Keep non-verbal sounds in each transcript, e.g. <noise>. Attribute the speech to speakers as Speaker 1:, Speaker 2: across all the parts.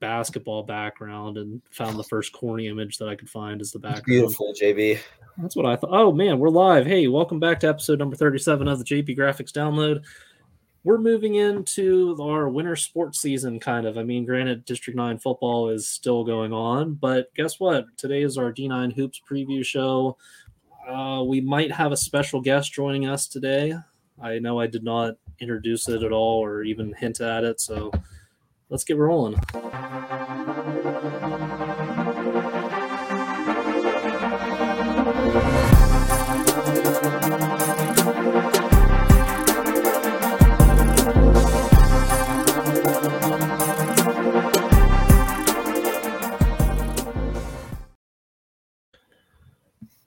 Speaker 1: basketball background and found the first corny image that I could find as the
Speaker 2: It's
Speaker 1: background.
Speaker 2: beautiful, JB.
Speaker 1: That's what I thought. Oh man, we're live. Hey, welcome back to episode number 37 of the JP Graphics Download. We're moving into our winter sports season, kind of. I mean, granted, District 9 football is still going on, but guess what? Today is our D9 Hoops preview show. Uh, we might have a special guest joining us today. I know I did not introduce it at all or even hint at it, so let's get rolling.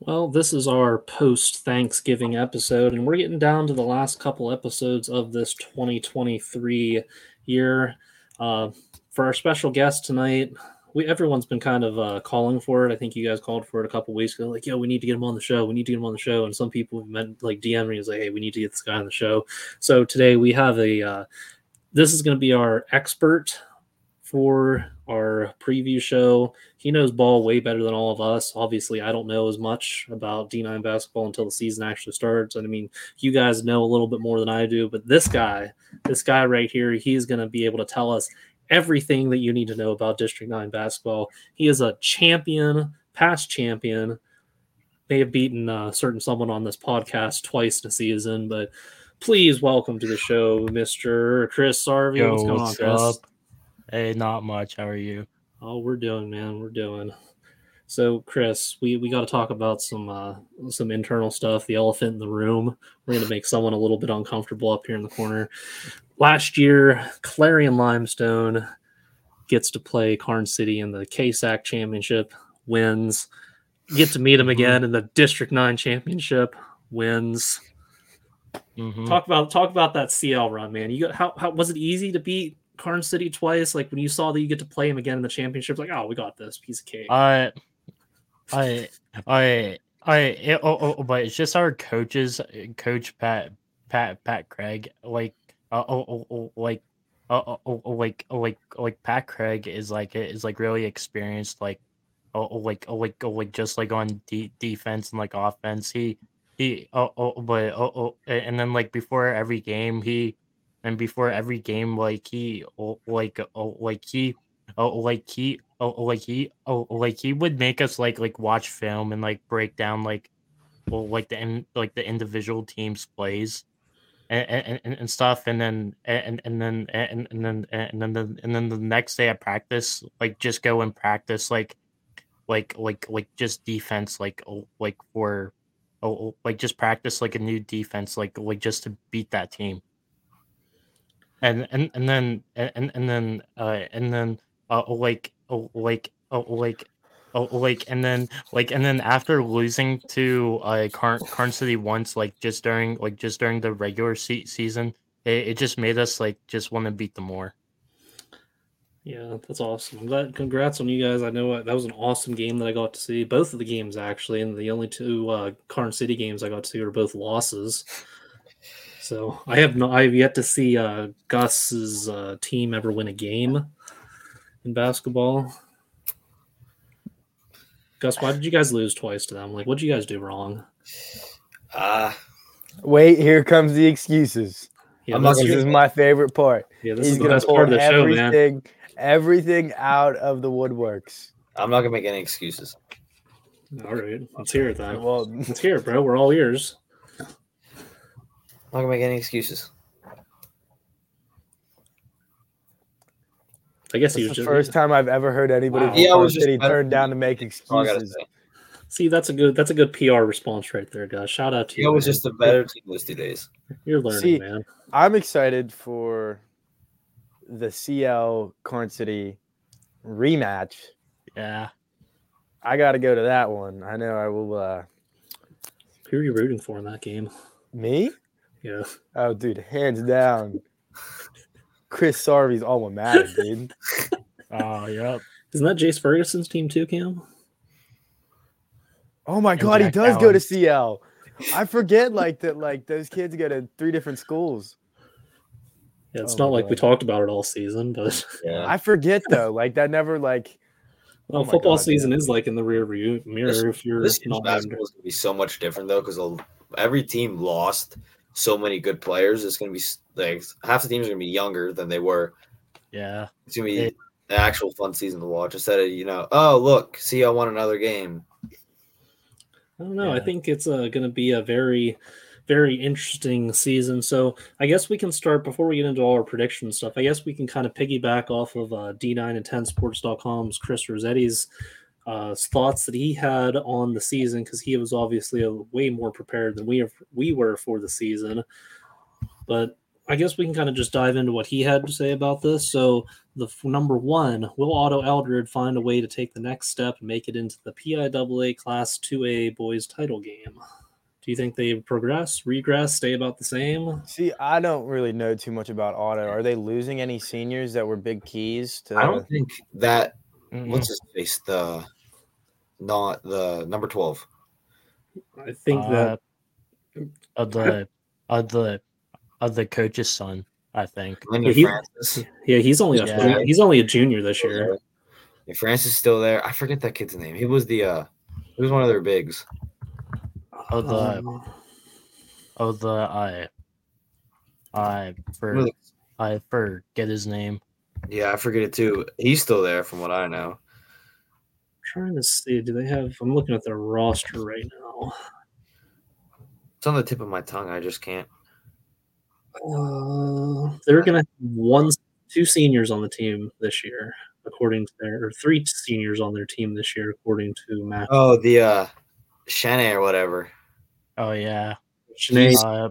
Speaker 1: Well, this is our post Thanksgiving episode, and we're getting down to the last couple episodes of this 2023 year. Uh, for our special guest tonight, we everyone's been kind of uh, calling for it. I think you guys called for it a couple weeks ago, like, "Yo, we need to get him on the show. We need to get him on the show." And some people meant like DM me was like, "Hey, we need to get this guy on the show." So today we have a. Uh, this is going to be our expert for our preview show he knows ball way better than all of us. Obviously, I don't know as much about D9 basketball until the season actually starts. And I mean, you guys know a little bit more than I do, but this guy, this guy right here, he's going to be able to tell us everything that you need to know about District 9 basketball. He is a champion, past champion. May have beaten uh, certain someone on this podcast twice in a season, but please welcome to the show, Mr. Chris Sarvey.
Speaker 3: Yo,
Speaker 1: what's going
Speaker 3: what's
Speaker 1: on, Chris?
Speaker 3: up? Hey, not much. How are you?
Speaker 1: Oh, we're doing, man. We're doing. So, Chris, we, we got to talk about some uh, some internal stuff. The elephant in the room. We're going to make someone a little bit uncomfortable up here in the corner. Last year, Clarion Limestone gets to play Carn City in the KSAC championship. Wins. Get to meet him again in the District Nine championship. Wins.
Speaker 3: Mhm.
Speaker 2: Mm.
Speaker 1: Talk about talk about that CL run, man. You got how, how was it easy to beat Carn City twice? Like when you saw that you get to play him again in the championship, like oh, we got this piece of cake.
Speaker 3: I, I, I, I. It, oh, oh, oh, but it's just our coaches, Coach Pat, Pat, Pat Craig. Like, uh, oh, oh, oh, like, uh, oh, oh, oh, like, oh, like, like Pat Craig is like is like really experienced. Like, oh, oh, like, oh, like, oh, like just like on de- defense and like offense. He, he. Oh, oh, but oh, oh, and then like before every game, he, and before every game, like he, oh, like, oh, like he. oh like he oh like he oh like he would make us like like watch film and like break down like well like the in, like the individual teams plays and, and and- and stuff and then and and then and, and then and then the, and then the next day at practice like just go and practice like like like like just defense like oh, like for oh, oh like just practice like a new defense like like just to beat that team and and and then and and then uh and then uh, like oh, like oh, like oh, like and then like and then after losing to uh Carn, Carn City once like just during like just during the regular se- season it, it just made us like just want to beat them more
Speaker 1: Yeah, that's awesome. I'm glad. Congrats on you guys. I know uh, that was an awesome game that I got to see. Both of the games actually, and the only two uh, Carn City games I got to see are both losses. So I have no, I have yet to see uh, Gus's uh, team ever win a game in basketball. Gus, why did you guys lose twice to them? Like, what did you guys do wrong?
Speaker 2: Ah,
Speaker 4: Wait, here comes the excuses.
Speaker 1: Yeah,
Speaker 2: I'm
Speaker 1: this
Speaker 2: not
Speaker 4: This
Speaker 1: is-
Speaker 4: is my favorite part.
Speaker 1: yeah, this
Speaker 4: He's
Speaker 1: is the
Speaker 4: gonna
Speaker 1: best part
Speaker 4: pull
Speaker 1: of the show, man.
Speaker 4: everything, everything out of the woodworks.
Speaker 2: I'm not gonna make any excuses.
Speaker 1: All right, let's hear it then. <laughs>
Speaker 4: Well,
Speaker 1: Let's hear it, bro. We're all ears.
Speaker 2: I'm not gonna make any excuses.
Speaker 1: I guess
Speaker 4: this
Speaker 1: he
Speaker 4: is
Speaker 1: was
Speaker 4: the
Speaker 1: just
Speaker 4: first time I've ever heard anybody
Speaker 1: Wow.
Speaker 4: from
Speaker 1: Yeah,
Speaker 2: I was
Speaker 4: Orange
Speaker 2: just-
Speaker 4: City turned down
Speaker 1: <laughs>
Speaker 4: to make
Speaker 2: That's all I gotta
Speaker 4: excuses.
Speaker 2: say.
Speaker 1: See, that's a good that's a good PR response right there, guys. Shout out to you.
Speaker 2: It was
Speaker 1: man.
Speaker 2: just a better team those two days.
Speaker 1: you're learning,
Speaker 4: See-
Speaker 1: man.
Speaker 4: I'm excited for the CL Corn City rematch.
Speaker 3: yeah
Speaker 4: I got to go to that one. I know I will. uh
Speaker 1: Who are you rooting for in that game?
Speaker 4: Me?
Speaker 1: Yeah.
Speaker 4: Oh, dude, hands
Speaker 1: <laughs>
Speaker 4: down. Chris Sarvey's alma mater,
Speaker 1: <laughs>
Speaker 4: dude.
Speaker 3: oh yep
Speaker 1: Isn't that Jace Ferguson's team too, Cam?
Speaker 4: Oh my
Speaker 3: And
Speaker 4: god, he
Speaker 3: Jack
Speaker 4: does go
Speaker 3: Allen.
Speaker 4: to CL. I forget like that like those kids go to three different schools.
Speaker 1: Yeah, it's
Speaker 4: Oh
Speaker 1: not
Speaker 4: my
Speaker 1: like we
Speaker 4: God.
Speaker 1: talked about it all season, but <laughs>
Speaker 2: Yeah.
Speaker 4: I forget though. Like that never like
Speaker 1: well,
Speaker 4: Oh my
Speaker 1: football
Speaker 4: God,
Speaker 1: season is like in the rear view mirror
Speaker 2: This-
Speaker 1: if you're
Speaker 2: This year's
Speaker 1: not
Speaker 2: basketball is going to be so much different though, because every team lost so many good players. It's going to be s- like half the teams are going to be younger than they were.
Speaker 3: Yeah.
Speaker 2: It's going to be
Speaker 3: Yeah.
Speaker 2: an actual fun season to watch instead of you know, oh look, see, I won another game.
Speaker 1: I don't know. I
Speaker 3: Yeah.
Speaker 1: think it's uh, going to be a very, very interesting season. So I guess we can start before we get into all our prediction stuff. I guess we can kind of piggyback off of uh, D9 and 10sports.com's Chris Rossetti's uh, thoughts that he had on the season because he was obviously a, way more prepared than we are, we were for the season. But I guess we can kind of just dive into what he had to say about this. So the f- number one, will Otto Eldred find a way to take the next step and make it into the PIAA Class 2A boys title game? Do you think they progress, regress, stay about the same?
Speaker 4: see. I don't really know too much about auto. Are they losing any seniors that were big keys to?
Speaker 2: I don't think that
Speaker 3: Mm-mm.
Speaker 2: what's his face the not the number twelve.
Speaker 1: I think that
Speaker 3: uh, of the of the of the coach's son, I think.
Speaker 2: Linda
Speaker 1: he-
Speaker 2: Francis.
Speaker 1: yeah, he's only a
Speaker 3: Yeah.
Speaker 1: junior- he's only a junior this year.
Speaker 2: If Francis is still there, I forget that kid's name. He was the uh he was one of their bigs.
Speaker 3: Of the
Speaker 1: Um,
Speaker 3: of the I I for
Speaker 2: Really?
Speaker 3: I forget his name.
Speaker 2: Yeah, I forget it too. He's still there from what I know.
Speaker 1: trying to see, do they have? I'm looking at their roster right now.
Speaker 2: It's on the tip of my tongue. I just can't.
Speaker 1: Uh, they're gonna have one, two seniors on the team this year, according to their, or three seniors on their team this year, according to Matt.
Speaker 2: Oh, the uh Shanae or whatever.
Speaker 3: Oh yeah.
Speaker 1: Sinead
Speaker 3: Uh,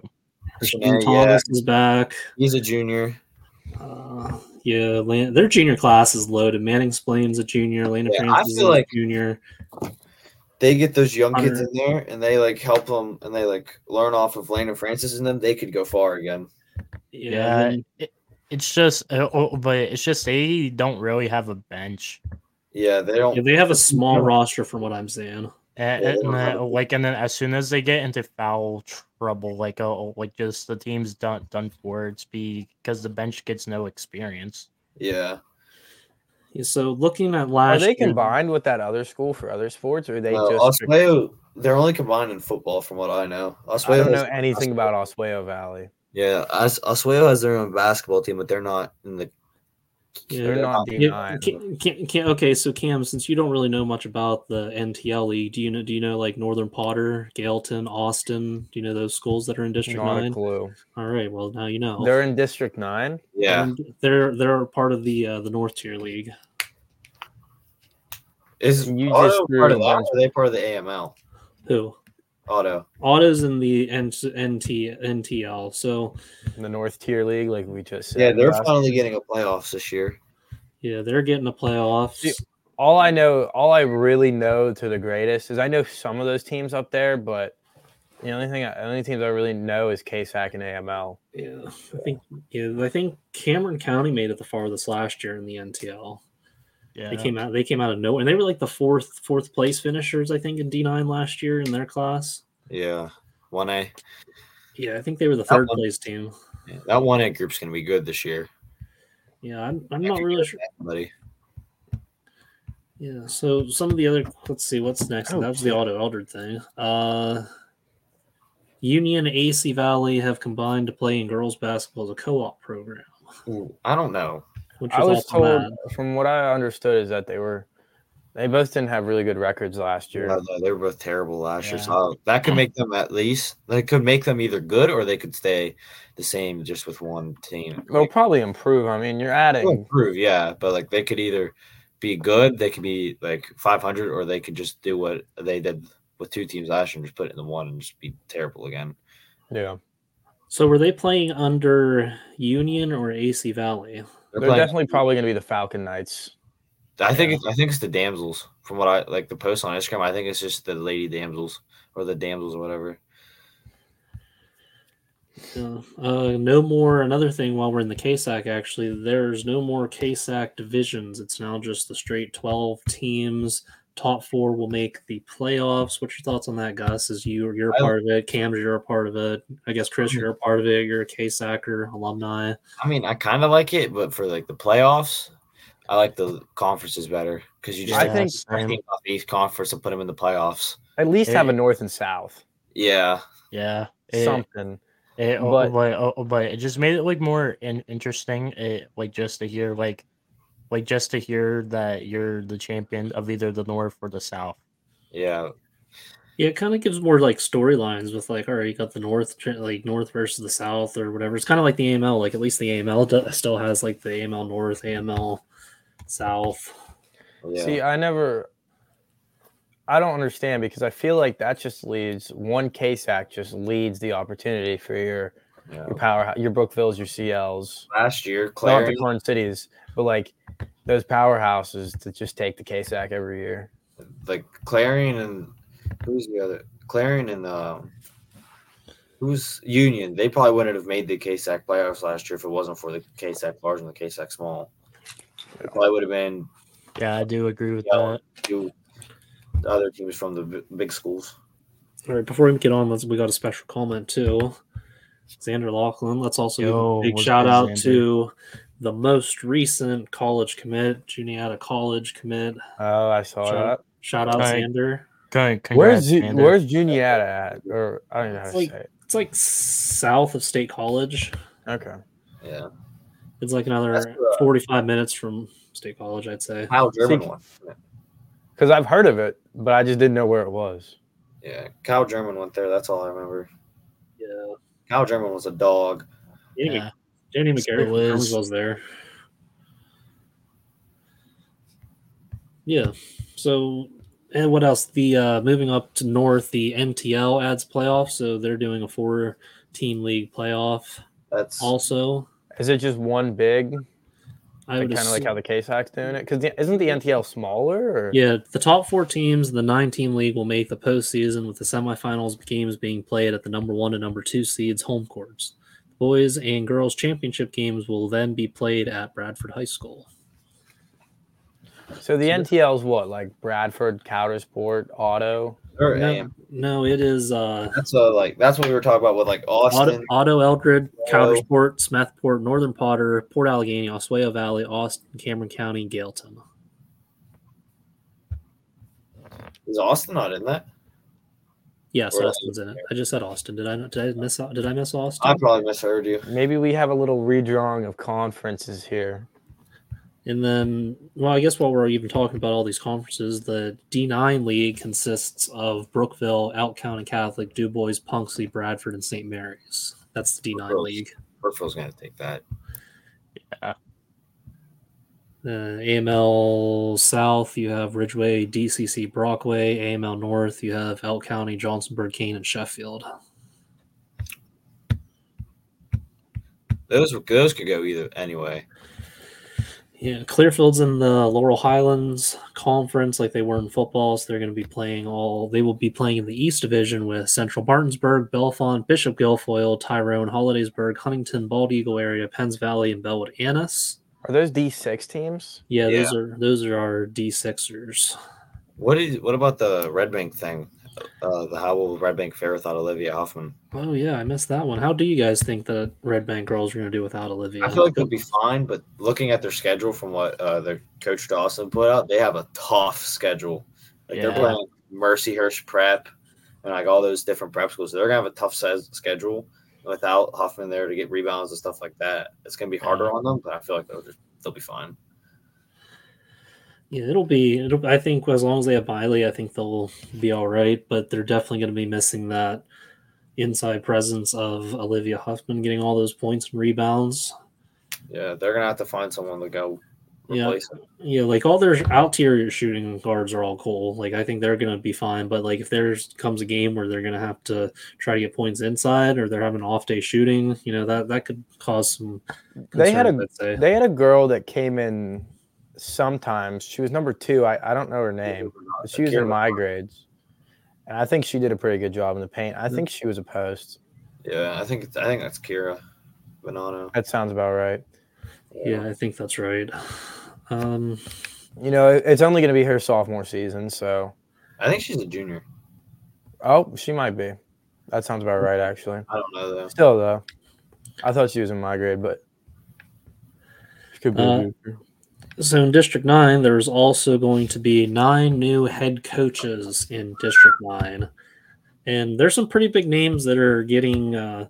Speaker 1: Christian
Speaker 2: Yeah,
Speaker 1: Thomas is back.
Speaker 2: He's a junior.
Speaker 1: Uh, yeah, Lan- their junior class is loaded. Manning Splane's a junior. Lana
Speaker 2: Yeah, I
Speaker 1: Francis is
Speaker 2: feel
Speaker 1: a
Speaker 2: like-
Speaker 1: junior.
Speaker 2: They get those young kids
Speaker 1: Hunter.
Speaker 2: in there and they like help them and they like learn off of Lane and Francis and them. They could go far again.
Speaker 1: Yeah,
Speaker 3: yeah.
Speaker 1: then-
Speaker 3: it- it's just, uh, oh, but it's just they don't really have a bench,
Speaker 2: Yeah, they don't.
Speaker 1: yeah, they have a small roster from what I'm seeing.
Speaker 3: and,
Speaker 2: Yeah, they don't
Speaker 3: and,
Speaker 2: have a-
Speaker 3: uh, like, and then as soon as they get into foul trouble, like, oh, like just the team's done done for. It's because the bench gets no experience.
Speaker 2: Yeah.
Speaker 1: Yeah, So looking at
Speaker 4: Are
Speaker 1: last,
Speaker 4: they
Speaker 1: year-
Speaker 4: combined with that other school for other sports, or are they
Speaker 2: Uh,
Speaker 4: just?
Speaker 2: Oswego, they're only combined in football from what I know.
Speaker 4: I
Speaker 2: Oswego
Speaker 4: don't know
Speaker 2: has,
Speaker 4: anything about Oswego Valley.
Speaker 2: yeah, Os- Oswego has their own basketball team, but they're not in the
Speaker 1: Yeah.
Speaker 4: They're not
Speaker 1: Yeah,
Speaker 4: D9.
Speaker 1: can, can, can, okay, so Cam, since you don't really know much about the NTL League, do you know? Do you know like Northern Potter, Gailton, Austin? Do you know those schools that are in District
Speaker 4: Not a
Speaker 1: Nine?
Speaker 4: clue.
Speaker 1: All right, well now you know.
Speaker 4: They're in District Nine.
Speaker 2: yeah.
Speaker 1: And they're they're part of the uh, the North Tier League.
Speaker 2: Is
Speaker 4: You
Speaker 2: Auto
Speaker 4: just threw
Speaker 2: part of
Speaker 4: a
Speaker 2: that? Or
Speaker 4: bunch-
Speaker 2: are they part of the AML?
Speaker 1: Who?
Speaker 2: Auto.
Speaker 1: Autos in the N- NT, NTL. So
Speaker 4: the North Tier League, like we just said.
Speaker 2: Yeah, they're
Speaker 4: Last-
Speaker 2: finally getting a playoffs this year.
Speaker 1: yeah, they're getting the playoffs.
Speaker 4: Yeah. all I know, all I really know to the greatest is I know some of those teams up there, but the only thing, I, the only teams I really know is KSAC and AML.
Speaker 1: Yeah, I think yeah, I think Cameron County made it the farthest last year in the NTL.
Speaker 3: Yeah,
Speaker 1: They came out they came out of nowhere, and they were like the fourth fourth place finishers, I think, in D nine last year in their class.
Speaker 2: Yeah. 1A.
Speaker 1: Yeah, I think they were the third
Speaker 4: Oh.
Speaker 2: one-
Speaker 1: place team.
Speaker 2: Yeah, that 1A group's going to be good this year.
Speaker 1: Yeah, I'm, I'm not really sure.
Speaker 2: Buddy.
Speaker 1: Yeah, so some of the other let's see what's next. That was the auto eldered thing. Uh Union AC Valley have combined to play in girls basketball as a co-op program,
Speaker 2: I don't know.
Speaker 1: which
Speaker 4: I was
Speaker 1: was
Speaker 4: told,
Speaker 1: also mad.
Speaker 4: from what I understood, is that they were, they both didn't have really good records last year.
Speaker 2: Yeah, they were both terrible last year.
Speaker 3: Yeah.
Speaker 2: So I don't- that could make them at least, that could make them either good or they could stay the same just with one team.
Speaker 4: They'll
Speaker 2: Like,
Speaker 4: probably improve. I mean, you're
Speaker 2: they'll
Speaker 4: adding.
Speaker 2: improve, yeah. But like they could either be good, they could be like 500, or they could just do what they did with two teams last year and just put it in the one and just be terrible again.
Speaker 4: Yeah,
Speaker 1: So were they playing under Union or AC Valley?
Speaker 4: they're,
Speaker 2: playing-
Speaker 4: definitely probably going to be the Falcon Knights.
Speaker 2: I think it's, I think it's the damsels from what I like the post on Instagram. I think it's just the lady damsels or the damsels or whatever.
Speaker 1: Uh, uh, no more. Another thing while we're in the KSAC, actually, there's no more KSAC divisions. It's now just the straight 12 teams. top four will make the playoffs. What's your thoughts on that, Gus? Is you you're a
Speaker 2: I-
Speaker 1: part of it? Cam's you're a part of it. I guess Chris, you're a part of it. You're a KSACer alumni.
Speaker 2: I mean, I kind of like it, but for like the playoffs, I like the conferences better because you just
Speaker 4: I
Speaker 2: take
Speaker 4: think-
Speaker 2: the team off the East Conference and put them in the playoffs.
Speaker 4: At least have a
Speaker 3: Hey.
Speaker 4: north and south.
Speaker 2: Yeah,
Speaker 3: yeah. It,
Speaker 4: Something.
Speaker 3: it, oh,
Speaker 4: but-
Speaker 3: but, oh, oh, but it just made it like more in- interesting. It, like just to hear like like just to hear that you're the champion of either the North or the South.
Speaker 2: yeah.
Speaker 1: Yeah, it kind of gives more like storylines with like, all right, you got the North, tr- like North versus the South or whatever. It's kind of like the AML. Like at least the AML do- still has like the AML North, AML South.
Speaker 2: yeah.
Speaker 4: See, I never. I don't understand because I feel like that just leads one case act just leads the opportunity for your
Speaker 2: yeah.
Speaker 4: your power your Brookvilles, your CLs,
Speaker 2: Last year,
Speaker 4: not the
Speaker 2: Clary,
Speaker 4: Corn Cities, but like those powerhouses that just take the case act every year.
Speaker 2: like Clarion and who's the other Clarion and um, who's Union? They probably wouldn't have made the KSAC playoffs last year if it wasn't for the KSAC large and the KSAC small. It probably would have been
Speaker 3: Yeah, I do agree with
Speaker 2: Yeah.
Speaker 3: that.
Speaker 2: two the other teams from the b- big schools.
Speaker 1: All right, before we get on, let's we got a special comment too. Xander Lachlan. Let's also give
Speaker 3: Yo,
Speaker 1: a big
Speaker 3: what's
Speaker 1: shout
Speaker 3: good,
Speaker 1: out
Speaker 3: Xander?
Speaker 1: to the most recent college commit, Juniata College commit.
Speaker 4: Oh, I saw
Speaker 1: Sure.
Speaker 4: that.
Speaker 1: Shout out
Speaker 3: Right.
Speaker 1: Xander.
Speaker 3: Con- congrats,
Speaker 4: Where's Ju-
Speaker 3: Xander.
Speaker 4: Where's Juniata at? Or I don't know how
Speaker 1: It's
Speaker 4: to
Speaker 1: like-
Speaker 4: say it.
Speaker 1: It's like south of State College.
Speaker 4: Okay.
Speaker 2: Yeah,
Speaker 1: It's like
Speaker 2: That's,
Speaker 1: another
Speaker 2: uh,
Speaker 1: forty-five minutes from State College, I'd say.
Speaker 2: Kyle German
Speaker 4: See-
Speaker 2: won.
Speaker 4: Because I've heard of it, but I just didn't know where it was.
Speaker 2: Yeah, Kyle German went there. That's all I remember.
Speaker 1: Yeah,
Speaker 2: Kyle German was a dog.
Speaker 1: Danny,
Speaker 3: Yeah.
Speaker 1: Danny
Speaker 3: Still
Speaker 1: McGarry from
Speaker 3: is.
Speaker 1: Hermes was there. Yeah. So, and what else? The uh, moving up to north, the MTL adds playoffs, so they're doing a four-team league playoff.
Speaker 2: That's
Speaker 1: Also,
Speaker 4: Is it just one big?
Speaker 1: I
Speaker 4: Like,
Speaker 1: would
Speaker 4: kind of like
Speaker 1: assume-
Speaker 4: how the KSAC's doing it? Because isn't the NTL smaller? Or?
Speaker 1: Yeah, the top four teams in the nine team league will make the postseason with the semifinals games being played at the number one and number two seeds home courts. Boys and girls championship games will then be played at Bradford High School.
Speaker 4: So the NTL's what? Like Bradford, Cowdersport, Auto?
Speaker 2: or
Speaker 1: No,
Speaker 2: AM.
Speaker 1: no it is uh,
Speaker 2: That's uh, like that's what we were talking about with like
Speaker 1: Otto,
Speaker 2: Austin.
Speaker 1: Otto Eldred,
Speaker 2: Auto.
Speaker 1: Countersport, Smethport, Northern Potter, Port Allegheny, Oswego Valley, Austin, Cameron County, Gailton.
Speaker 2: Is Austin not in that?
Speaker 1: Yes,
Speaker 2: Or-
Speaker 1: Austin's in it. I just said Austin. Did I not? Did I miss? out? Did I miss
Speaker 2: I
Speaker 1: Austin?
Speaker 2: probably misheard you.
Speaker 4: Maybe we have a little redrawing of conferences here.
Speaker 1: And then, well, I guess while we're even talking about all these conferences, the D9 League consists of Brookville, Out County Catholic, Du Bois, Punxsutawney, Bradford, and St. Mary's. That's the D9
Speaker 2: Gross.
Speaker 1: League.
Speaker 2: Brookville's gonna take that.
Speaker 1: Uh, AML South, you have Ridgeway, DCC, Brockway. AML North, you have Elk County, Johnsonburg, Kane, and Sheffield.
Speaker 2: Those those could go either anyway.
Speaker 1: Yeah, Clearfield's in the Laurel Highlands Conference, like they were in football. So they're going to be playing all. They will be playing in the East Division with Central Bartonsburg, Belfont, Bishop Guilfoyle, Tyrone, Hollidaysburg, Huntington, Bald Eagle area, Penns Valley, and Bellwood Annis.
Speaker 4: Are those D6 teams?
Speaker 1: Yeah, those are those are our D sixers.
Speaker 2: What is what about the Red Bank thing? Uh, the how will Red Bank fare without Olivia Hoffman?
Speaker 1: Oh yeah, I missed that one. How do you guys think the Red Bank girls are going to do without Olivia?
Speaker 2: I feel like they'll be fine, but looking at their schedule from what uh, their coach Dawson put out, they have a tough schedule. Like they're
Speaker 3: Yeah.
Speaker 2: playing Mercyhurst Prep and like all those different prep schools. They're gonna have a tough se- schedule without Hoffman there to get rebounds and stuff like that. It's gonna be harder
Speaker 3: Yeah.
Speaker 2: on them, but I feel like they'll just they'll be fine.
Speaker 1: Yeah, it'll be. It'll, I think as long as they have Miley, I think they'll be all right. But they're definitely going to be missing that inside presence of Olivia Huffman getting all those points and rebounds.
Speaker 2: Yeah, they're gonna have to find someone to go
Speaker 1: Yeah.
Speaker 2: replace them.
Speaker 1: Yeah, like all their ulterior shooting guards are all cool. Like I think they're going to be fine. But like if there's comes a game where they're going to have to try to get points inside, or they're having an off day shooting, you know that that could cause some.
Speaker 4: They had
Speaker 1: concerns, I'd
Speaker 4: a-
Speaker 1: say.
Speaker 4: They had a girl that came in sometimes. She was number two. I, I don't know her name. but She was in my grades. And I think she did a pretty good job in the paint. I think she was a post.
Speaker 2: Yeah, I think I think that's Kira Bonanno.
Speaker 4: That sounds about right.
Speaker 1: Yeah, I think that's right. Um,
Speaker 4: You know, it- it's only going to be her sophomore season, so
Speaker 2: I think she's a junior.
Speaker 4: oh, she might be. That sounds about right, actually.
Speaker 2: I don't know though.
Speaker 4: Still though, I thought she was in my grade, but she could be. a
Speaker 1: Uh,
Speaker 4: junior.
Speaker 1: So in District 9, there's also going to be nine new head coaches in District 9. And there's some pretty big names that are getting uh,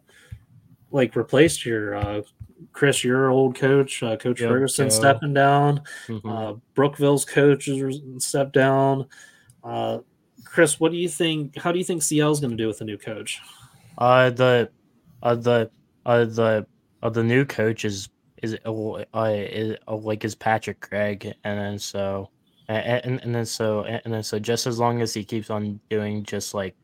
Speaker 1: like replaced here. Uh, Chris, your old coach, uh, Coach
Speaker 3: Yeah,
Speaker 1: Ferguson
Speaker 3: yeah.
Speaker 1: stepping down.
Speaker 3: Mhm.
Speaker 1: Uh, Brookville's coach is stepped down. Uh, Chris, what do you think? How do you think CL's going to do with the new coach?
Speaker 3: Uh, the, uh, the, uh, the, uh, the new coach is is uh, is uh, like is Patrick Craig, and then so, and, and and then so and then so just as long as he keeps on doing just like,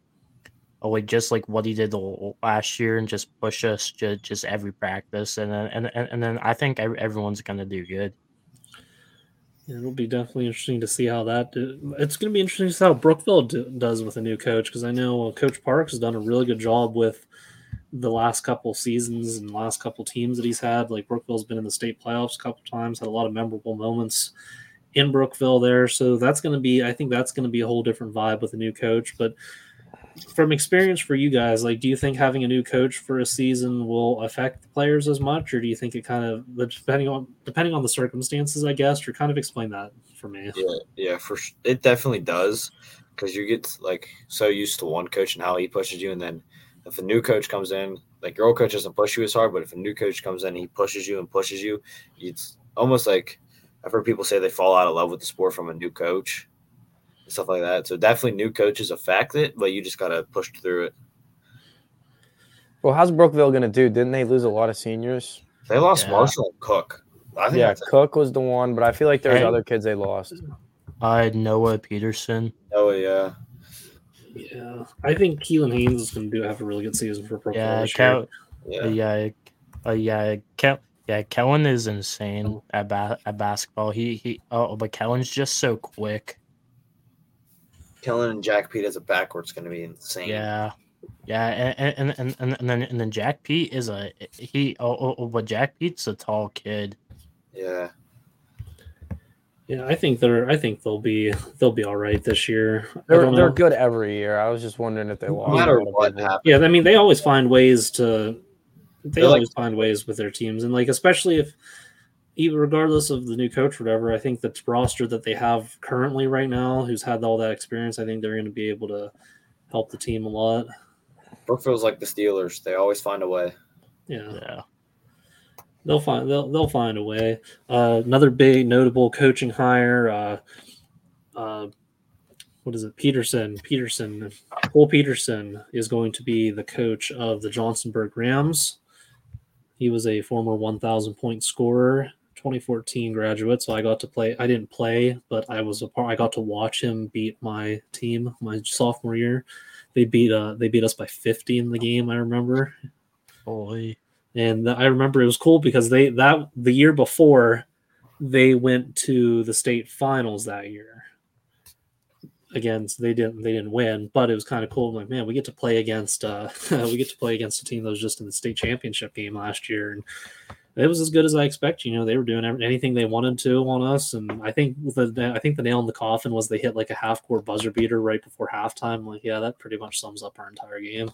Speaker 3: uh, like just like what he did the l- last year and just push us just, just every practice, and then and and, and then I think ev- everyone's gonna do good.
Speaker 1: It'll be definitely interesting to see how that. It's going to be interesting to see how Brookville do, does with a new coach because I know uh, Coach Parks has done a really good job with the last couple seasons and last couple teams that he's had. Like Brookville's been in the state playoffs a couple times, had a lot of memorable moments in Brookville there. So that's going to be, I think that's going to be a whole different vibe with a new coach. But from experience for you guys, like, do you think having a new coach for a season will affect the players as much, or do you think it kind of depending on depending on the circumstances, I guess, or kind of explain that for me?
Speaker 2: Yeah, yeah, for s- it definitely does because you get like so used to one coach and how he pushes you, and then if a new coach comes in, like your old coach doesn't push you as hard, but if a new coach comes in, and he pushes you and pushes you. It's almost like I've heard people say they fall out of love with the sport from a new coach and stuff like that. So definitely, new coaches affect it, but you just gotta push through it.
Speaker 4: Well, how's Brookville going to do? Didn't they lose a lot of seniors?
Speaker 2: They lost
Speaker 3: Yeah.
Speaker 2: Marshall and Cook. I think
Speaker 4: Yeah,
Speaker 2: that's
Speaker 4: Cook was the one, but I feel like there was
Speaker 3: Hey.
Speaker 4: other kids they lost.
Speaker 3: Uh, Noah Peterson.
Speaker 2: oh yeah.
Speaker 1: Yeah, I think Keelan Haynes is going to do have a really good season for Brookville.
Speaker 3: Yeah,
Speaker 1: this year.
Speaker 3: Cal-
Speaker 2: Yeah.
Speaker 3: Uh, yeah, uh, yeah, Kel- yeah. Kellen is insane at, ba- at basketball. He he. Oh, but Kellen's just so quick.
Speaker 2: Kellen and Jack Pete as a backcourt's going to be insane.
Speaker 3: Yeah, yeah, and and, and, and and then and then Jack Pete is a he. Oh, oh, oh, but Jack Pete's a tall kid.
Speaker 2: Yeah.
Speaker 1: yeah, I think they're. I think they'll be. They'll be all right this year. I
Speaker 4: They're,
Speaker 1: don't
Speaker 4: they're
Speaker 1: know.
Speaker 4: good every year. I was just wondering if they
Speaker 1: No
Speaker 4: lost.
Speaker 2: No
Speaker 4: a
Speaker 2: matter
Speaker 4: lot of
Speaker 2: what
Speaker 4: people.
Speaker 2: happens.
Speaker 1: Yeah, I mean they always find ways to they
Speaker 2: They're like-
Speaker 1: always find ways with their teams and like especially if even regardless of the new coach or whatever, I think the roster that they have currently right now who's had all that experience, I think they're gonna be able to help the team a lot.
Speaker 2: Brookfield's like the Steelers. They always find a way.
Speaker 1: Yeah.
Speaker 2: Mm.
Speaker 3: Yeah,
Speaker 1: They'll find they'll they'll find a way. Uh, another big notable coaching hire, uh, uh, what is it? Peterson. Peterson. Cole Peterson is going to be the coach of the Johnsonburg Rams. He was a former 1,000 point scorer, 2014 graduate. So I got to play. I didn't play, but I was a part. I got to watch him beat my team my sophomore year. They beat uh they beat us by 50 in the game. I remember
Speaker 3: holy.
Speaker 1: and I remember it was cool because they that the year before they went to the state finals that year. Again, so they didn't they didn't win, but it was kind of cool. I'm like, man, we get to play against uh <laughs> we get to play against a team that was just in the state championship game last year, and it was as good as I expect. You know, they were doing every- anything they wanted to on us, and I think the I think the nail in the coffin was they hit like a half court buzzer beater right before halftime. Like, yeah, that pretty much sums up our entire game.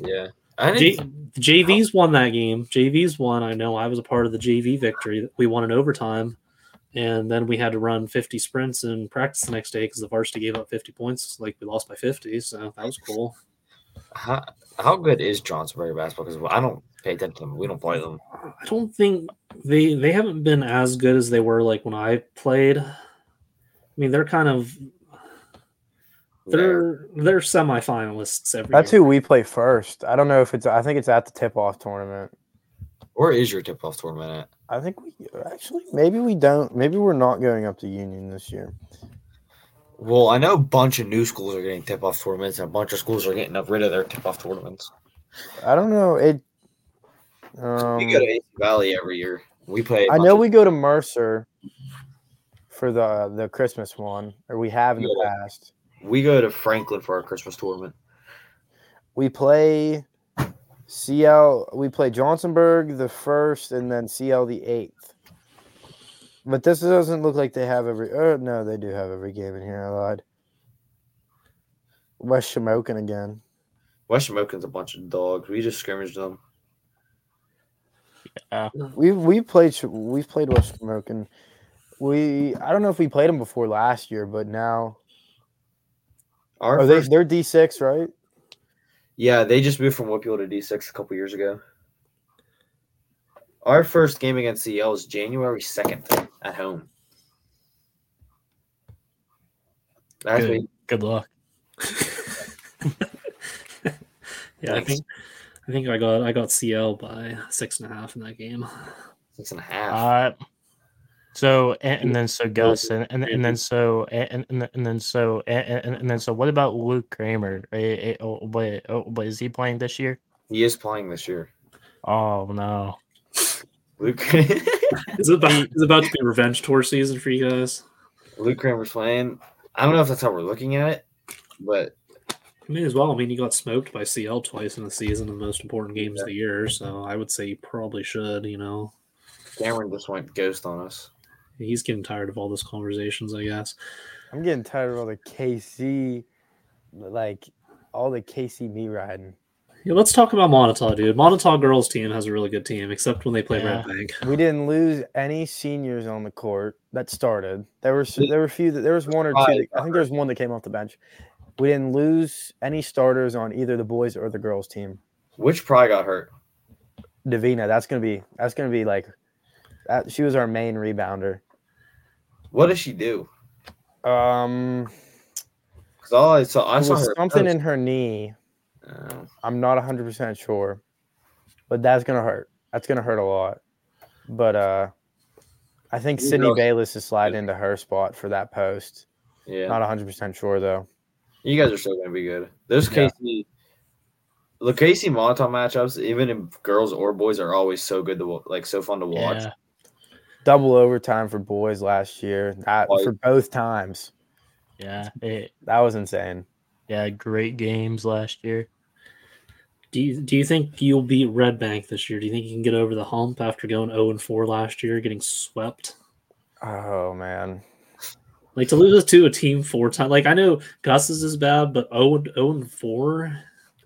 Speaker 2: Yeah. I
Speaker 1: J-
Speaker 2: didn't,
Speaker 1: the JV's won that game. JV's won. I know I was a part of the JV victory. We won in overtime, and then we had to run 50 sprints and practice the next day because the varsity gave up 50 points. Like we lost by 50, so that was cool.
Speaker 2: how, how good is Johnsonburg basketball? Because I don't pay attention to them. We don't play them.
Speaker 1: I don't think they they haven't been as good as they were like when I played. I mean, they're kind of they're they're semifinalists every.
Speaker 4: That's
Speaker 1: year.
Speaker 4: who we play first. I don't know if it's. I think it's at the tip-off tournament.
Speaker 2: Where is your tip off tournament
Speaker 4: I think we actually maybe we don't. Maybe we're not going up to Union this year.
Speaker 2: at? Well, I know a bunch of new schools are getting tip off tournaments, and a bunch of schools are getting up rid of their tip off tournaments.
Speaker 4: I don't know. It.
Speaker 2: we go to
Speaker 4: Um,
Speaker 2: AC Valley every year. We play. a
Speaker 4: I
Speaker 2: bunch
Speaker 4: know
Speaker 2: of-
Speaker 4: we go to Mercer for the the Christmas one, or we have in the
Speaker 2: Yeah.
Speaker 4: past.
Speaker 2: we go to Franklin for our Christmas tournament.
Speaker 4: We play CL. We play Johnsonburg the first, and then CL the eighth. But this doesn't look like they have every. Oh no, they do have every game in here. I lied. West Shamokin again.
Speaker 2: West Shamokin's a bunch of dogs. We just scrimmaged them.
Speaker 4: We we played Sh- we've played West Shamokin. We I don't know if we played them before last year, but now
Speaker 2: Our
Speaker 4: are they
Speaker 2: first-
Speaker 4: they're D six right?
Speaker 2: yeah, they just moved from Whipple to D6 a couple years ago. Our first game against CL is January 2nd at home. Last week,
Speaker 3: Good, good luck.
Speaker 1: <laughs> yeah, I
Speaker 2: Thanks.
Speaker 1: think I think I got I got CL by six and a half in that
Speaker 3: <laughs>
Speaker 1: game.
Speaker 2: six and a half.
Speaker 3: Uh, so and, and then so Gus and and,
Speaker 2: <laughs>
Speaker 3: and then so and and, and then so and, and, and then so what about Luke Kramer? Eh, eh, oh, but oh, but is he playing this year?
Speaker 2: he is playing this year.
Speaker 3: Oh no.
Speaker 2: Luke <laughs>
Speaker 1: Is it about, is it about to be revenge tour season for you guys?
Speaker 2: Luke Kramer's playing. I don't know if that's how we're looking at it, but
Speaker 1: I mean, as well. I mean, you got smoked by CL twice in the season, in the most important games of the year. So I would say you probably should. You know,
Speaker 2: Cameron just went ghost on us.
Speaker 1: he's getting tired of all those conversations, I guess.
Speaker 4: I'm getting tired of all the KC, like all the KC me riding.
Speaker 1: Yeah, let's talk about Montauk, dude. Montauk girls team has a really good team, except when they play
Speaker 3: Yeah.
Speaker 1: Red Bank.
Speaker 4: We didn't lose any seniors on the court that started. There were s- there were a few that there was one or two. That, I think there was one that came off the bench. We didn't lose any starters on either the boys or the girls team.
Speaker 2: Which probably got hurt.
Speaker 4: Davina, that's gonna be that's gonna be like, that, she was our main rebounder.
Speaker 2: What does she do?
Speaker 4: Um,
Speaker 2: Because all I saw, I
Speaker 4: it
Speaker 2: saw
Speaker 4: was
Speaker 2: her
Speaker 4: something
Speaker 2: post.
Speaker 4: in her knee.
Speaker 2: Uh,
Speaker 4: I'm not 100 percent sure, but that's gonna hurt. That's gonna hurt a lot. But uh, I think
Speaker 2: Who
Speaker 4: Sydney
Speaker 2: knows?
Speaker 4: Bayless is sliding into her spot for that post.
Speaker 2: yeah,
Speaker 4: Not 100 percent sure though.
Speaker 2: you guys are still gonna be good. Those
Speaker 4: Yeah.
Speaker 2: KC, the KC Montauk matchups, even in girls or boys, are always so good to wa- like so fun to watch.
Speaker 3: Yeah.
Speaker 4: Double overtime for boys last year. That
Speaker 2: Like-
Speaker 4: for both times.
Speaker 3: Yeah. eh,
Speaker 4: That was insane.
Speaker 3: yeah, great games last year.
Speaker 1: Do you, do you think you'll beat Red Bank this year? Do you think you can get over the hump after going 0 and 4 last year, getting swept?
Speaker 4: Oh man,
Speaker 1: Like to lose to a team four times. Like I know Gus's is bad, but 0 and 0 and 4.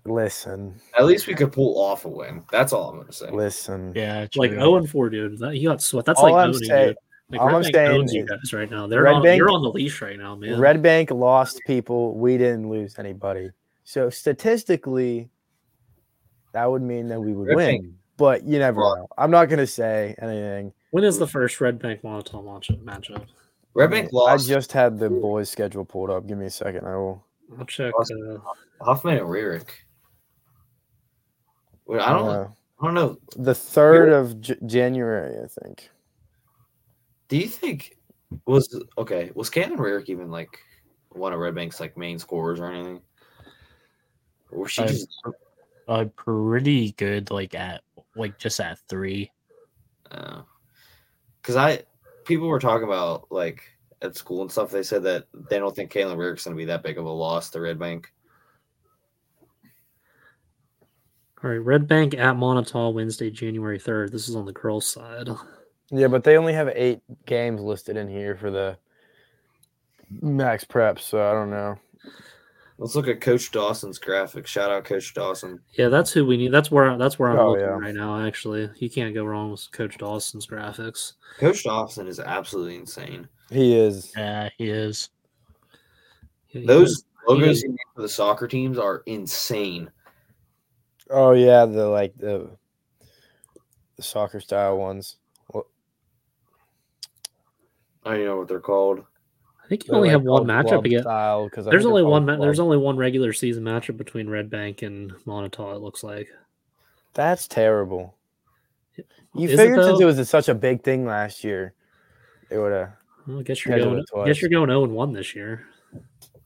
Speaker 4: listen,
Speaker 2: At least we could pull off a win. That's all I'm gonna say.
Speaker 4: listen.
Speaker 3: Yeah,
Speaker 1: Like oh,
Speaker 3: true.
Speaker 1: 0 and 4, dude. That, you got swept. That's
Speaker 4: All
Speaker 1: like
Speaker 4: I'm
Speaker 1: owning,
Speaker 4: saying-
Speaker 1: dude. Like
Speaker 4: all
Speaker 1: Red
Speaker 4: I'm
Speaker 1: Bank
Speaker 4: saying
Speaker 1: owns you
Speaker 4: is
Speaker 1: guys right now. They're
Speaker 4: Red
Speaker 1: on,
Speaker 4: Bank-
Speaker 1: you're on the leash right now, man.
Speaker 4: Red Bank lost people. We didn't lose anybody. So statistically, that would mean that we would
Speaker 2: Red
Speaker 4: win.
Speaker 2: Bank-
Speaker 4: But you never
Speaker 2: Well-
Speaker 4: know. I'm not gonna say anything.
Speaker 1: When is the first Red Bank Monotone matchup? matchup?
Speaker 2: Red Bank lost.
Speaker 4: I just had the boys' schedule pulled up. Give me a second. I will.
Speaker 1: I'll check.
Speaker 2: Awesome.
Speaker 1: Uh,
Speaker 2: Huffman and Rierick. Wait, I don't.
Speaker 4: know.
Speaker 2: I don't know.
Speaker 4: The third of J- January, I think.
Speaker 2: Do you think was okay? Was Cannon Rierick even like one of Red Bank's like main scorers or anything? Or was she
Speaker 3: Uh,
Speaker 2: just?
Speaker 3: uh, pretty good like at like just at three.
Speaker 2: Because Uh, I people were talking about like at school and stuff. They said that they don't think Kalen Rierick's going to be that big of a loss to Red Bank.
Speaker 1: all right, Red Bank at Monotone Wednesday, January 3rd. This is on the girls' side.
Speaker 4: Yeah, but they only have eight games listed in here for the max prep. So I don't know.
Speaker 2: Let's look at Coach Dawson's graphic. Shout out Coach Dawson.
Speaker 1: Yeah, that's who we need. That's where that's where I'm
Speaker 4: Oh,
Speaker 1: looking
Speaker 4: yeah.
Speaker 1: right now. Actually, you can't go wrong with Coach Dawson's graphics.
Speaker 2: Coach Dawson is absolutely insane.
Speaker 4: He is.
Speaker 3: Yeah, uh, he is.
Speaker 1: He- he
Speaker 2: Those
Speaker 1: does-
Speaker 2: logos he made for the soccer teams are insane.
Speaker 4: Oh yeah, the like the, the soccer style ones.
Speaker 2: I don't even know what they're called.
Speaker 1: I think you only have one matchup again.
Speaker 4: because
Speaker 1: There's only one. Ma- there's only one regular season matchup between Red Bank and Monotone. It looks like.
Speaker 4: That's terrible. You
Speaker 1: Is it
Speaker 4: figured since
Speaker 1: though?
Speaker 4: it was such a big thing last year, it would have.
Speaker 1: Well, I guess you're
Speaker 4: Guys
Speaker 1: going.
Speaker 4: went
Speaker 1: guess
Speaker 4: twice.
Speaker 1: you're going zero and one this year.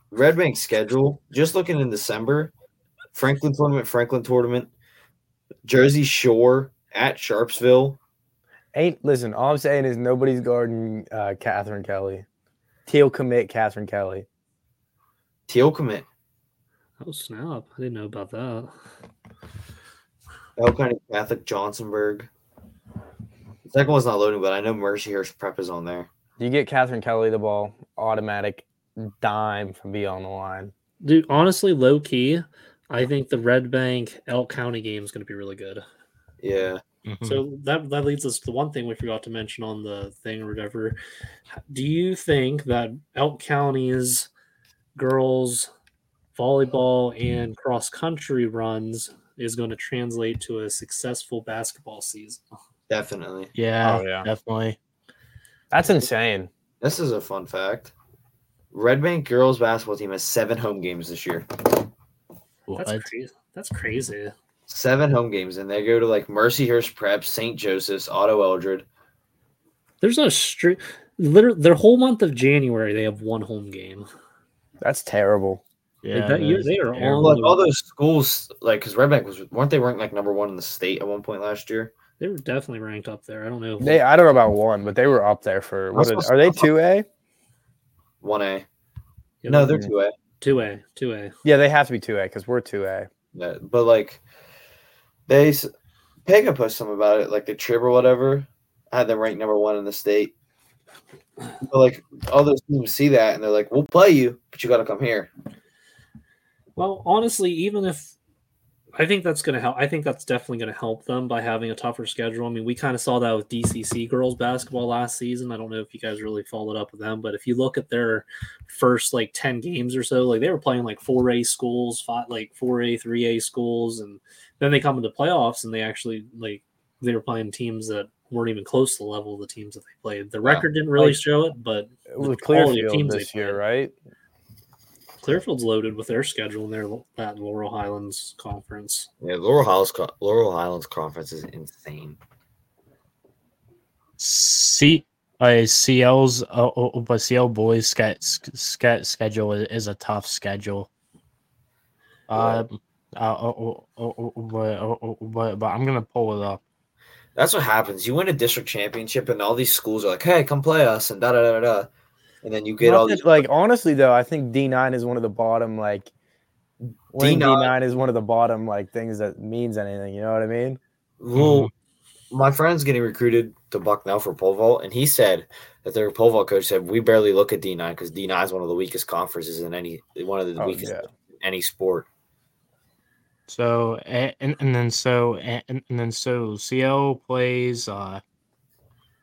Speaker 2: Red Bank's schedule, just looking in December, Franklin tournament, Franklin tournament, Jersey Shore at Sharpsville.
Speaker 4: Ain't listen. All I'm saying is nobody's guarding uh, Catherine Kelly. Teal commit Catherine Kelly.
Speaker 2: Teal commit.
Speaker 1: Oh snap! I didn't know about that.
Speaker 2: El County Catholic Johnsonburg. Second one's not loading, but I know Mercyhurst prep is on there.
Speaker 4: You get Catherine Kelly the ball, automatic dime from beyond the line.
Speaker 1: Dude, honestly, low key, I think the Red Bank Elk County game is going to be really good.
Speaker 2: Yeah.
Speaker 1: So
Speaker 3: Hmm.
Speaker 1: that that leads us to the one thing we forgot to mention on the thing or whatever. Do you think that Elk County's girls volleyball and cross country runs is going to translate to a successful basketball season?
Speaker 2: Definitely.
Speaker 3: yeah,
Speaker 4: Oh, yeah.
Speaker 3: definitely.
Speaker 4: That's insane.
Speaker 2: This is a fun fact. Red Bank girls basketball team has seven home games this year.
Speaker 1: That's
Speaker 3: What?
Speaker 1: crazy. That's crazy.
Speaker 2: Seven home games, and they go to like Mercyhurst Prep, St. Joseph's, Otto Eldred.
Speaker 1: There's a street. Literally, their whole month of January, they have one home game.
Speaker 4: That's terrible.
Speaker 3: Yeah,
Speaker 1: that
Speaker 3: it
Speaker 1: year-
Speaker 3: is
Speaker 1: they are
Speaker 3: terrible.
Speaker 1: on-
Speaker 2: Like all those schools, like because Red Bank was weren't they ranked like number one in the state at one point last year?
Speaker 1: They were definitely ranked up there. I don't know.
Speaker 4: They I don't know about one, but they were up there for what
Speaker 2: That's
Speaker 4: is, are they
Speaker 2: awesome.
Speaker 4: two A?
Speaker 2: One A. No, they're two A.
Speaker 1: two A, two A.
Speaker 4: Yeah, they have to be two A because we're two A.
Speaker 2: Yeah, but like they s- Pega posted something about it, like the trip or whatever. had them ranked number one in the state. But like all those teams see that and they're like, "We'll play you, but you got to come here."
Speaker 1: Well, honestly, even if I think that's going to help, I think that's definitely going to help them by having a tougher schedule. I mean, we kind of saw that with DCC girls basketball last season. I don't know if you guys really followed up with them, but if you look at their first like 10 games or so, like they were playing like 4A schools, five, like 4A, 3A schools, and then they come into playoffs and they actually like they were playing teams that weren't even close to the level of the teams that they played. The record didn't really
Speaker 4: Like-
Speaker 1: show it, but
Speaker 4: It was
Speaker 1: The quality of
Speaker 4: Clearfield
Speaker 1: teams they
Speaker 4: this
Speaker 1: played.
Speaker 4: year, right?
Speaker 1: Clearfield's loaded with their schedule and their that Laurel Highlands conference.
Speaker 2: Yeah, Laurel Highlands, Laurel Highlands conference is insane.
Speaker 3: C uh, CL's uh, oh, oh, but CL boys sca- sc- sca- schedule is, is a tough schedule.
Speaker 2: Yeah.
Speaker 3: Um, uh, oh, oh, oh, oh, but, oh, oh, but but I'm gonna pull it up.
Speaker 2: That's what happens. You win a district championship, and all these schools are like, "Hey, come play us," and da da da da. da. And then you get
Speaker 4: Not
Speaker 2: all
Speaker 4: that-
Speaker 2: these
Speaker 4: like honestly though, I think D nine is one of the bottom like D
Speaker 2: D9
Speaker 4: nine is one of the bottom like things that means anything. You know what I mean?
Speaker 2: Well,
Speaker 4: Hmm.
Speaker 2: my friend's getting recruited to Bucknell for pole vault, and he said that their pole vault coach said we barely look at D nine because D nine is one of the weakest conferences in any one of the
Speaker 4: Oh,
Speaker 2: weakest
Speaker 4: yeah.
Speaker 2: in any sport.
Speaker 3: So a- and and then so and, and then so CL plays uh,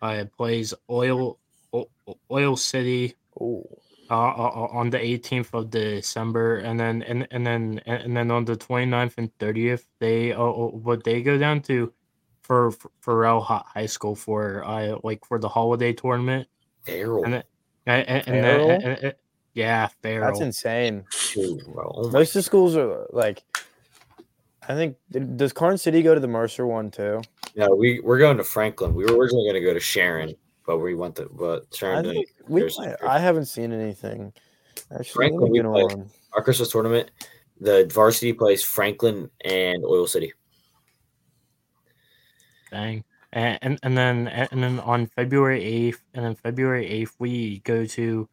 Speaker 3: uh plays oil O- oil city
Speaker 4: Ooh.
Speaker 3: uh, uh, uh, on the 18th of December, and then and and then and and then on the 29th and 30th, they uh, uh, but they go down to for for Farrell Hi- High School for uh, like for the holiday tournament, and
Speaker 2: Daryl,
Speaker 3: then and, and, and then-
Speaker 4: Farrell?
Speaker 3: and- and- and- yeah, Farrell.
Speaker 4: That's insane.
Speaker 2: shoot, bro. Oh my-
Speaker 4: Most of the schools are like I think does Carn City go to the Mercer one too?
Speaker 2: no, we we're going to Franklin. We were originally going to go to Sharon, but we went to but
Speaker 4: I
Speaker 2: Sharon. didn't.
Speaker 4: think we
Speaker 2: there's-
Speaker 4: might, I haven't seen anything. Actually,
Speaker 2: Franklin,
Speaker 4: let me
Speaker 2: we
Speaker 4: get
Speaker 2: played.
Speaker 4: on.
Speaker 2: Our Christmas tournament, the varsity plays Franklin and Oil City.
Speaker 3: Dang. And, and and then and then on February eighth, and then February eighth, we go to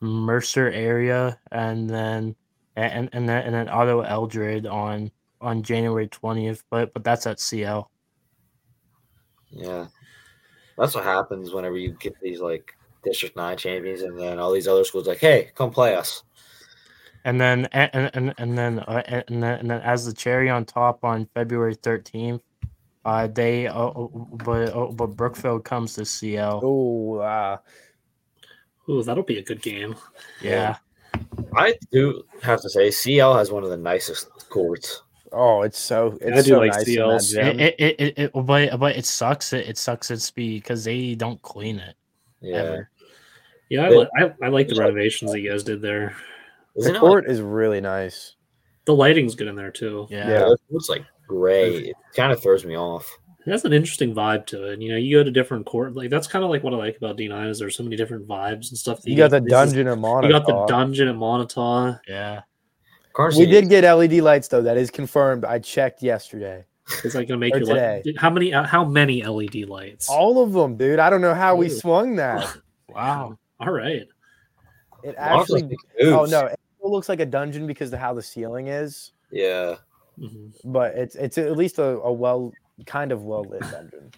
Speaker 3: Mercer area, and then and and then and then Otto Eldred on on January twentieth. But but that's at CL.
Speaker 2: Yeah. That's what happens whenever you get these like District Nine champions, and then all these other schools like, "Hey, come play us."
Speaker 3: And then and and and, and then uh, and and then, and then as the cherry on top on February thirteenth, uh, they uh, uh, but uh, but Brookfield comes to CL.
Speaker 4: Oh, uh,
Speaker 1: Ooh, that'll be a good game.
Speaker 3: Yeah,
Speaker 2: I do have to say, CL has one of the nicest courts.
Speaker 4: oh, it's so
Speaker 1: Yeah,
Speaker 4: it's
Speaker 1: I do
Speaker 4: so
Speaker 1: like
Speaker 4: nice in that
Speaker 1: CLs.
Speaker 4: gym.
Speaker 3: It, it, it, it, it- but but it sucks. It, it sucks. It's because they don't clean it
Speaker 2: Yeah,
Speaker 3: ever.
Speaker 1: Yeah, I,
Speaker 2: Yeah.
Speaker 1: li- I, I like the renovations that you guys did there.
Speaker 2: isn't
Speaker 4: the
Speaker 2: it like,
Speaker 4: court is really nice.
Speaker 1: The lighting's good in there too.
Speaker 3: Yeah.
Speaker 4: Yeah.
Speaker 2: it's like gray? It kind of throws me off.
Speaker 1: It has an interesting vibe to it. You know, you go to different court like that's kind of like what I like about D9 is there's so many different vibes and stuff. that
Speaker 4: You got the
Speaker 1: get- this is-
Speaker 4: dungeon and monitor.
Speaker 1: You got the dungeon at Montauk.
Speaker 3: Yeah.
Speaker 2: Carson,
Speaker 4: We did get LED lights though. That is confirmed. I checked yesterday.
Speaker 1: It's like gonna make
Speaker 4: Or
Speaker 1: you like
Speaker 4: today.
Speaker 1: how many how many LED lights?
Speaker 4: All of them, dude. I don't know how we
Speaker 1: Ooh. <laughs>
Speaker 4: swung that.
Speaker 3: Wow.
Speaker 1: All right.
Speaker 4: It
Speaker 2: Marcus
Speaker 4: actually.
Speaker 2: makes
Speaker 4: Oh
Speaker 2: moves.
Speaker 4: no, it looks like a dungeon because of how the ceiling is,
Speaker 2: Yeah,
Speaker 1: Mhm.
Speaker 4: but it's it's at least a, a well kind of well lit dungeon.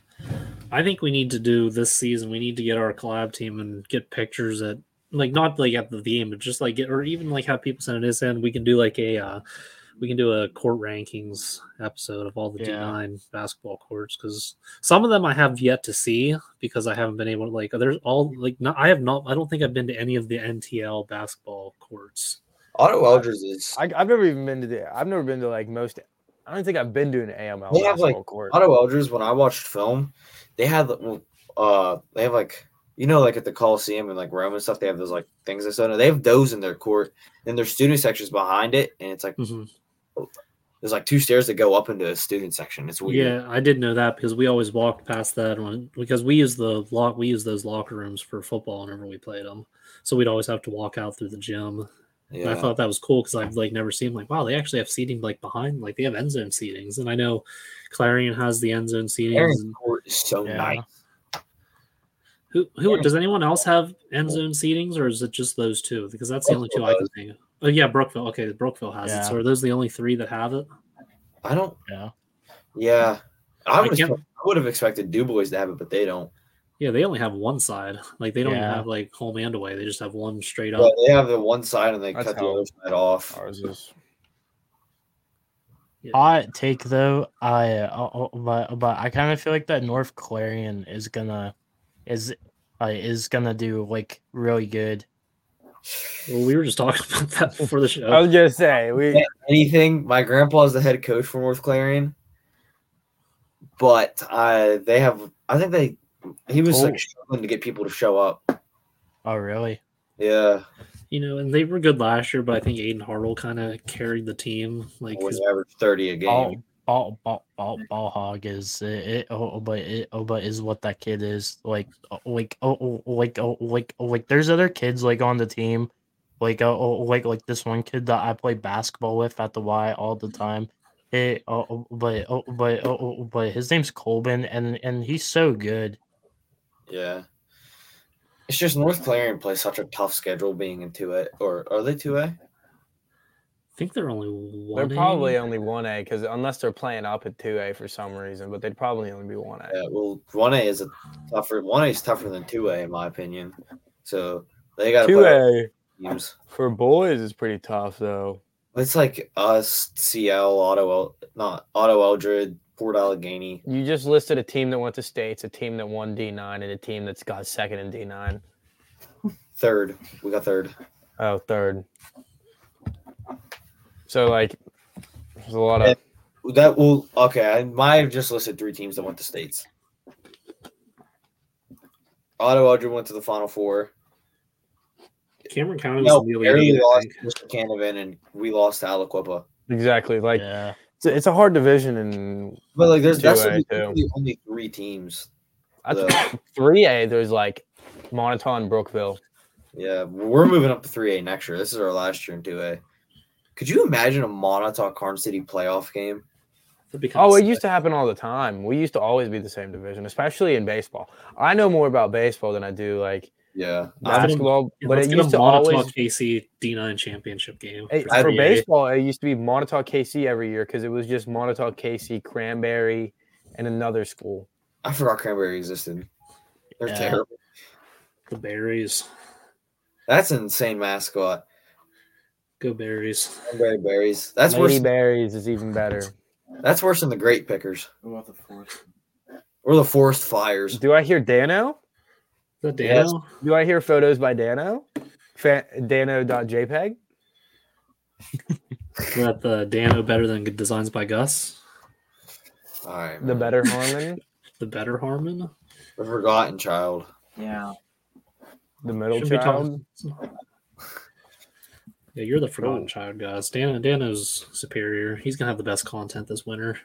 Speaker 1: I think we need to do this season. We need to get our collab team and get pictures at like not like at the game, but just like get or even like how people send it is in. We can do like a uh we can do a court rankings episode of all the
Speaker 3: Yeah.
Speaker 1: D9 basketball courts because some of them I have yet to see because I haven't been able to like there's all like not I have not I don't think I've been to any of the NTL basketball courts.
Speaker 2: Otto Elders is
Speaker 4: I, I've never even been to the. I've never been to like most. I don't think I've been to an AML
Speaker 2: They have,
Speaker 4: basketball
Speaker 2: like,
Speaker 4: court.
Speaker 2: Otto Elders. When I watched film, they had well, uh they have like you know like at the Coliseum and like Rome and stuff. They have those like things they said. They have those in their court. Then their student section's behind it, and it's like
Speaker 1: Hmm.
Speaker 2: there's like two stairs that go up into a student section. It's weird.
Speaker 1: Yeah, I did know that because we always walked past that one because we use the lock we use those locker rooms for football whenever we played them, so we'd always have to walk out through the gym.
Speaker 2: Yeah.
Speaker 1: And I thought that was cool because I've like never seen like wow they actually have seating like behind like they have end zone seatings and I know Clarion has the end zone seatings.
Speaker 2: Aaron's
Speaker 1: And
Speaker 2: court is so
Speaker 3: Yeah.
Speaker 2: nice.
Speaker 1: who who does anyone else have end zone seatings or is it just those two? Because that's the only two I can think of. Oh yeah, Brookville. Okay, Brookville has it.
Speaker 3: Yeah.
Speaker 1: So are those the only three that have it?
Speaker 2: I don't.
Speaker 3: Yeah.
Speaker 2: Yeah, I
Speaker 1: I
Speaker 2: would.
Speaker 1: can't-
Speaker 2: expect- I would have expected Dubois to have it, but they don't.
Speaker 1: Yeah, they only have one side. Like they don't even
Speaker 3: Yeah.
Speaker 1: have like home and away. They just have one straight up.
Speaker 2: Well, they have the one side and they
Speaker 4: That's
Speaker 2: cut the
Speaker 4: how-
Speaker 2: other side off.
Speaker 4: Ours is.
Speaker 3: Hot take though, I uh, uh, but but I kind of feel like that North Clarion is gonna is uh, is gonna do like really good.
Speaker 1: Well, we were just talking <laughs> about that before the show.
Speaker 4: I was just say we.
Speaker 2: anything. My grandpa is the head coach for North Clarion, but I they have. I think they he was
Speaker 3: Oh.
Speaker 2: like struggling to get people to show up.
Speaker 3: Oh really?
Speaker 2: Yeah,
Speaker 1: you know, and they were good last year, but I think Aiden Harrell kind of carried the team. Like,
Speaker 2: when
Speaker 1: 'cause-
Speaker 2: you average thirty a game.
Speaker 3: Ball ball ball ball, ball hog is it, it oh oh, but it oh but is what that kid is like oh, like oh, oh like oh like oh, like there's other kids like on the team like oh, oh like like this one kid that I play basketball with at the Y all
Speaker 2: Mm-hmm.
Speaker 3: the time. It, oh, oh, but oh, but oh, oh, but his name's Colbin, and and he's so good.
Speaker 2: Yeah, it's just North Clarion plays such a tough schedule being in two A or are they two A?
Speaker 1: I think they're only one.
Speaker 4: They're probably
Speaker 1: A.
Speaker 4: only one A because unless they're playing up at two A for some reason, but they'd probably only be one A.
Speaker 2: Yeah, well, one A is a tougher. One A is tougher than two A in my opinion. So they got
Speaker 4: Two A
Speaker 2: teams.
Speaker 4: for boys is pretty tough though.
Speaker 2: It's like us, CL, Auto, El- not Auto Eldred, Port Allegheny.
Speaker 4: You just listed a team that went to states, a team that won D nine, and a team that's got second in D nine.
Speaker 2: Third, we got third.
Speaker 4: Oh, third. So like, there's a lot of
Speaker 2: That will okay. I might have just listed three teams that went to states. Auto Eldred went to the Final Four.
Speaker 1: Cameron County was
Speaker 2: No,
Speaker 1: in the
Speaker 2: Barry
Speaker 1: elite. I
Speaker 2: lost
Speaker 1: think.
Speaker 2: to Canavan, and we lost to Aliquippa.
Speaker 4: exactly like
Speaker 3: yeah,
Speaker 4: it's, a, it's a hard division, and
Speaker 2: But like, there's that's
Speaker 4: 2A
Speaker 2: the
Speaker 4: too.
Speaker 2: the only three teams.
Speaker 4: I
Speaker 2: So,
Speaker 4: think <coughs> three A. There's like Monotone, Brookville.
Speaker 2: yeah, we're moving up to three A next year. This is our last year in two A. Could you imagine a Montauk Carn City playoff game?
Speaker 1: That'd be kinda
Speaker 4: Oh, it
Speaker 1: sick.
Speaker 4: used to happen all the time. We used to always be the same division, especially in baseball. I know more about baseball than I do like
Speaker 2: Yeah,
Speaker 1: Let's get 'em-
Speaker 4: basketball,
Speaker 1: Yeah,
Speaker 4: but
Speaker 1: let's
Speaker 4: it
Speaker 1: get a
Speaker 4: used to
Speaker 1: Montauk
Speaker 4: always
Speaker 1: KC D9 championship game.
Speaker 4: it-
Speaker 1: for
Speaker 4: for
Speaker 1: 3A.
Speaker 4: baseball. It used to be Montauk KC every year because it was just Montauk KC, Cranberry, and another school.
Speaker 2: I forgot Cranberry existed. They're
Speaker 3: Yeah.
Speaker 2: terrible.
Speaker 1: The berries,
Speaker 2: That's an insane mascot.
Speaker 1: go berries.
Speaker 2: Cranberry berries. That's
Speaker 4: Lady
Speaker 2: worse.
Speaker 4: Berries is even better.
Speaker 2: That's worse than the Great Pickers
Speaker 5: What about the fourth?
Speaker 2: or the Forest Fires.
Speaker 4: Do I hear Dano?
Speaker 1: Is that
Speaker 2: Yes.
Speaker 1: Dano?
Speaker 4: Do I hear photos by Dano? Fa- Dano.jpg?
Speaker 1: Is that the Dano better than Designs by Gus?
Speaker 2: All right,
Speaker 1: <laughs>
Speaker 4: The better Harmon,
Speaker 1: The better Harmon?
Speaker 2: the Forgotten Child.
Speaker 5: Yeah.
Speaker 4: the middle
Speaker 1: Shouldn't be
Speaker 4: child.
Speaker 1: talking- Yeah, you're the forgotten child, guys. Dan Dano's superior. He's gonna have the best content this winter.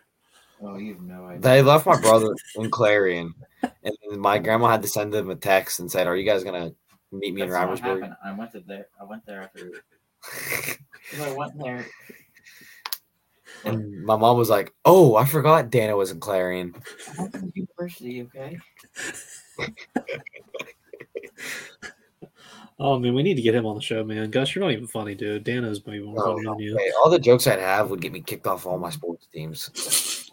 Speaker 5: Oh, you have no idea.
Speaker 2: They left my brother in Clarion, and my grandma had to send them a text and said, "Are you guys gonna meet me in
Speaker 5: That's what
Speaker 2: Robertsburg?"
Speaker 5: happened. I went to there. I went there after. 'cause I went there.
Speaker 2: <laughs> And my mom was like, "Oh, I forgot Dana was in Clarion."
Speaker 5: I went to the university. Okay.
Speaker 1: Oh man, we need to get him on the show, man. Gus, you're not even funny, dude. Dano's maybe more
Speaker 2: No,
Speaker 1: funny
Speaker 2: no
Speaker 1: than you.
Speaker 2: way. all the jokes I'd have would get me kicked off all my sports teams.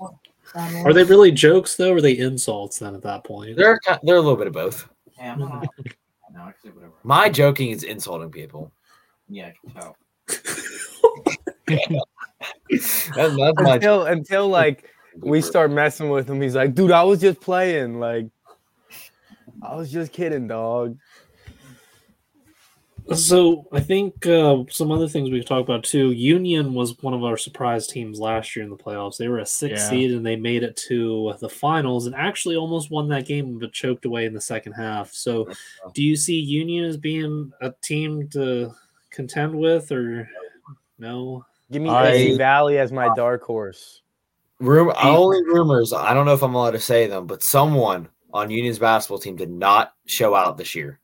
Speaker 1: Are they really jokes though? Or are they insults then at that point?
Speaker 2: They're ki- they're a little bit of both.
Speaker 5: Hey, I'm not. <laughs> no, I can do whatever. I-
Speaker 2: My joking is insulting people. <laughs>
Speaker 5: yeah, I can tell.
Speaker 2: That's, that's my
Speaker 1: <laughs>
Speaker 4: until until like we start messing with him, he's like, dude, I was just playing. Like, I was just kidding, dog.
Speaker 1: So I think uh, some other things we could talk about too. Union was one of our surprise teams last year in the playoffs. They were a six
Speaker 3: Yeah.
Speaker 1: seed and they made it to the finals and actually almost won that game, but choked away in the second half. So, do you see Union as being a team to contend with, or no?
Speaker 4: Give me
Speaker 3: I-
Speaker 4: Izzy Valley as my dark horse.
Speaker 2: Rumor, only rumors. I don't know if I'm allowed to say them, but someone on Union's basketball team did not show out this year.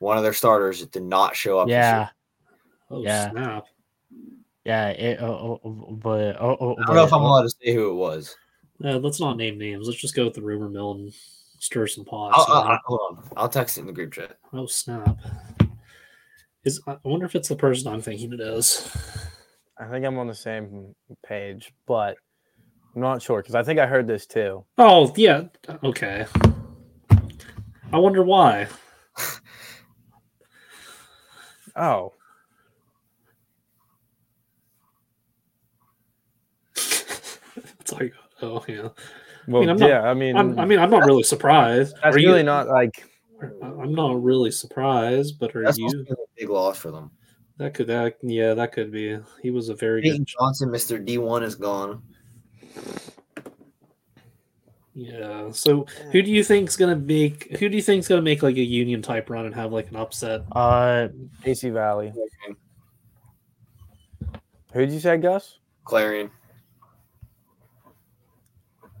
Speaker 2: One of their starters did not show up. This year.
Speaker 3: Yeah,
Speaker 1: Oh
Speaker 3: Yeah.
Speaker 1: snap!
Speaker 3: yeah. It, oh, oh, oh, but oh, oh,
Speaker 2: I don't know if
Speaker 3: but-
Speaker 2: I'm allowed to say who it was.
Speaker 1: Uh, let's not name names. Let's just go with the rumor mill and stir some pots.
Speaker 3: Uh,
Speaker 2: I'll,
Speaker 1: you know?
Speaker 2: I'll- I'll- hold on. I'll text it in the group chat.
Speaker 1: Oh snap! Is I wonder if it's the person I'm thinking it is.
Speaker 4: I think I'm on the same page, but I'm not sure because I think I heard this too.
Speaker 1: Oh yeah, okay. I wonder why. <laughs>
Speaker 4: Oh,
Speaker 1: It's like, oh yeah.
Speaker 4: well,
Speaker 1: I'm not-
Speaker 4: yeah. I mean,
Speaker 1: I'm, I mean, I'm not really surprised.
Speaker 4: that's
Speaker 1: Are you-
Speaker 4: really not like
Speaker 1: I'm not really surprised, but are
Speaker 2: That's also
Speaker 1: you?
Speaker 2: a big loss for them.
Speaker 1: That could that yeah, that could be. He was a very
Speaker 2: Peyton
Speaker 1: good.
Speaker 2: Johnson, Mr. D1, is gone.
Speaker 1: Yeah. So who do you think's gonna make? Who do you think's gonna make like a union type run and have like an upset?
Speaker 3: Uh,
Speaker 4: AC Valley. Who'd you say, Gus?
Speaker 2: Clarion.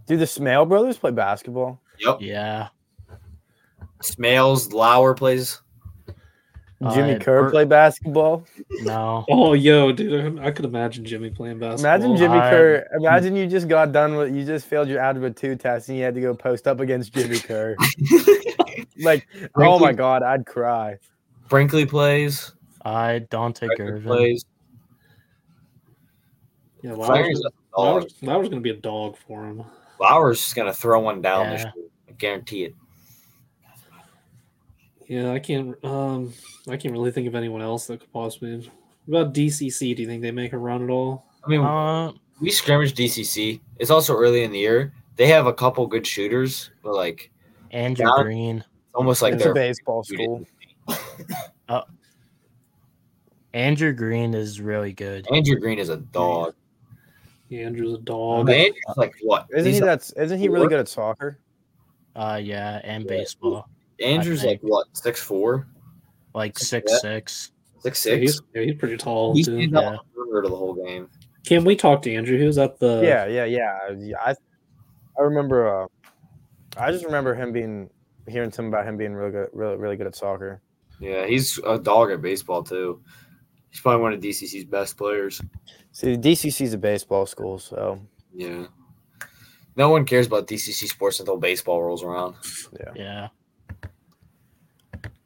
Speaker 4: Do the Smale brothers play basketball?
Speaker 2: Yep.
Speaker 3: yeah.
Speaker 2: Smales, Lauer plays.
Speaker 4: Jimmy
Speaker 3: Uh,
Speaker 4: Kerr
Speaker 3: Bert-
Speaker 4: play basketball?
Speaker 3: No.
Speaker 1: Oh yo, dude! I, I could imagine Jimmy playing basketball.
Speaker 4: Imagine Jimmy
Speaker 3: I-
Speaker 4: Kerr. Imagine you just got done with you just failed your algebra two test and you had to go post up against
Speaker 2: <laughs>
Speaker 4: Jimmy Kerr. like, oh my god, I'd cry.
Speaker 2: Brinkley plays.
Speaker 3: I Dante
Speaker 2: Brinkley
Speaker 3: Gervin.
Speaker 2: plays.
Speaker 1: Yeah,
Speaker 2: Clarion's
Speaker 1: Lauer's,
Speaker 2: a dog.
Speaker 1: Lauer's, Lauer's gonna be a dog for him.
Speaker 2: Lauer's just going to throw one down this
Speaker 3: Yeah.
Speaker 2: year. I guarantee it.
Speaker 1: Yeah, I can't. Um, I can't really think of anyone else that could possibly. What about DCC? Do you think they make a run at all?
Speaker 2: I mean,
Speaker 3: Uh,
Speaker 2: we scrimmage DCC. It's also early in the year. They have a couple good shooters, but like
Speaker 3: Andrew
Speaker 2: Yeah.
Speaker 3: Green.
Speaker 2: it's almost like
Speaker 4: It's a
Speaker 2: they're
Speaker 4: baseball
Speaker 2: shooting.
Speaker 4: school.
Speaker 3: Andrew Green is really good.
Speaker 2: Andrew Green is a dog.
Speaker 1: Yeah, Andrew's a
Speaker 2: I
Speaker 1: dog.
Speaker 2: mean, Andrew's like what?
Speaker 4: Isn't he
Speaker 2: He's-
Speaker 4: that's isn't he really good at soccer?
Speaker 3: Uh, yeah, and
Speaker 2: Yeah.
Speaker 3: baseball.
Speaker 2: Andrew's
Speaker 3: I
Speaker 2: like
Speaker 3: think.
Speaker 2: what? Six four,
Speaker 3: Like six
Speaker 2: Yeah.
Speaker 3: six.
Speaker 2: six
Speaker 1: Yeah,
Speaker 2: six.
Speaker 1: he's, yeah, he's pretty tall.
Speaker 2: He's
Speaker 1: too.
Speaker 2: been
Speaker 3: yeah.
Speaker 2: on the perimeter the whole game.
Speaker 1: Can we talk to Andrew? He was at
Speaker 2: Uh,
Speaker 1: the.
Speaker 4: yeah, yeah, yeah. Yeah, I I remember uh I just remember him being hearing something about him being really good really really good at soccer.
Speaker 2: Yeah, he's a dog at baseball too. He's probably one of DCC's best players.
Speaker 4: See DCC's a baseball school, so
Speaker 2: Yeah. No one cares about DCC sports until baseball rolls around.
Speaker 3: Yeah.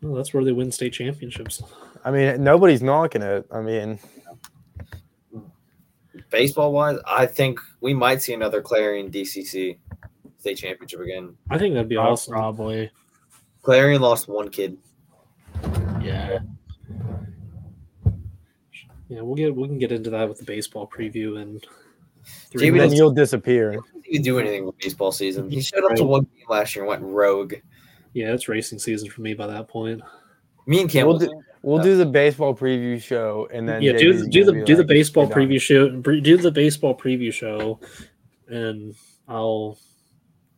Speaker 1: Well, oh, that's where they win state championships.
Speaker 4: I mean nobody's knocking it. I mean
Speaker 2: Baseball wise, I think we might see another Clarion DCC state championship again.
Speaker 1: I think that'd be
Speaker 3: prob-
Speaker 1: awesome.
Speaker 3: Probably.
Speaker 2: Clarion lost one kid.
Speaker 3: Yeah.
Speaker 1: Yeah, we'll get we can get into that with the baseball preview and.
Speaker 2: Jimmy
Speaker 4: then
Speaker 2: doesn't-
Speaker 4: you'll disappear.
Speaker 2: He could do anything with baseball season. He showed up to
Speaker 1: Right.
Speaker 2: one game last year and went rogue.
Speaker 1: Yeah, it's racing season for me by that point.
Speaker 2: Me and Cam
Speaker 4: We'll
Speaker 2: was-
Speaker 4: do- We'll do the baseball preview show and then
Speaker 1: yeah, do
Speaker 4: JB's
Speaker 1: the, do the
Speaker 4: gonna be
Speaker 1: do the
Speaker 4: like, uh,
Speaker 1: baseball
Speaker 4: "You're done."
Speaker 1: preview show. pre- Do the baseball preview show, and I'll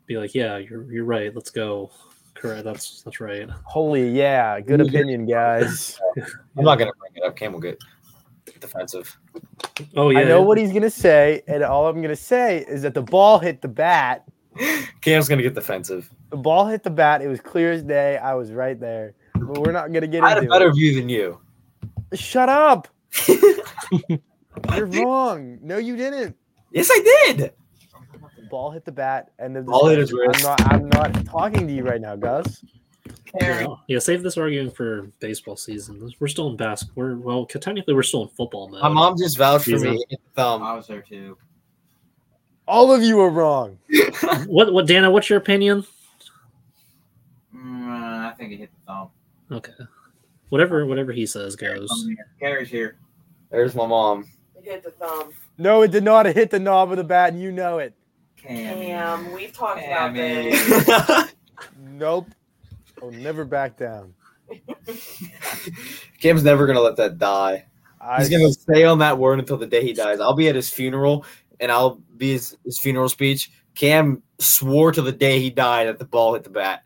Speaker 1: be like, yeah, you're you're right. Let's go. Correct. That's that's right.
Speaker 4: Holy yeah, good opinion,
Speaker 1: <laughs>
Speaker 4: guys.
Speaker 1: Oh,
Speaker 2: I'm not gonna bring it up. Cam will get defensive. <laughs>
Speaker 1: Oh yeah.
Speaker 4: I know what he's gonna say, and all I'm gonna say is that the ball hit the bat.
Speaker 2: Cam's gonna get defensive.
Speaker 4: The ball hit the bat. It was clear as day. I was right there. But we're not gonna get
Speaker 2: I had a
Speaker 4: into
Speaker 2: better view than you.
Speaker 4: it.
Speaker 2: <laughs>
Speaker 4: Shut up. You're wrong. No, you didn't.
Speaker 2: Yes, I did.
Speaker 4: The ball hit the bat. End of
Speaker 2: Ball hit his
Speaker 4: discussion.
Speaker 2: wrist.
Speaker 4: I'm not. I'm not talking to you right now, Gus.
Speaker 1: Yeah. yeah, save this arguing for baseball season. We're still in basketball. We're, well, Uh, technically, we're still in football mode.
Speaker 2: Um,
Speaker 5: Uh,
Speaker 2: My mom just vouched for me.
Speaker 1: Jesus.
Speaker 2: Um,
Speaker 5: I was there too.
Speaker 4: All of you are wrong.
Speaker 1: What what Dana? What's your opinion?
Speaker 5: Mm, I think it hit the thumb.
Speaker 1: Okay, whatever whatever he says goes.
Speaker 5: Thumb here. Carries here.
Speaker 2: There's my mom.
Speaker 6: It hit the thumb.
Speaker 4: No, it did not hit the knob of the bat, and you know it.
Speaker 5: Cam.
Speaker 6: Damn, we've talked about
Speaker 5: Tammy.
Speaker 6: this.
Speaker 4: Nope. I'll never back down.
Speaker 2: Cam's never gonna let that die.
Speaker 4: I,
Speaker 2: He's gonna stay on that word until the day he dies. I'll be at his funeral, and I'll be his, his funeral speech. Cam swore to the day he died that the ball hit the bat.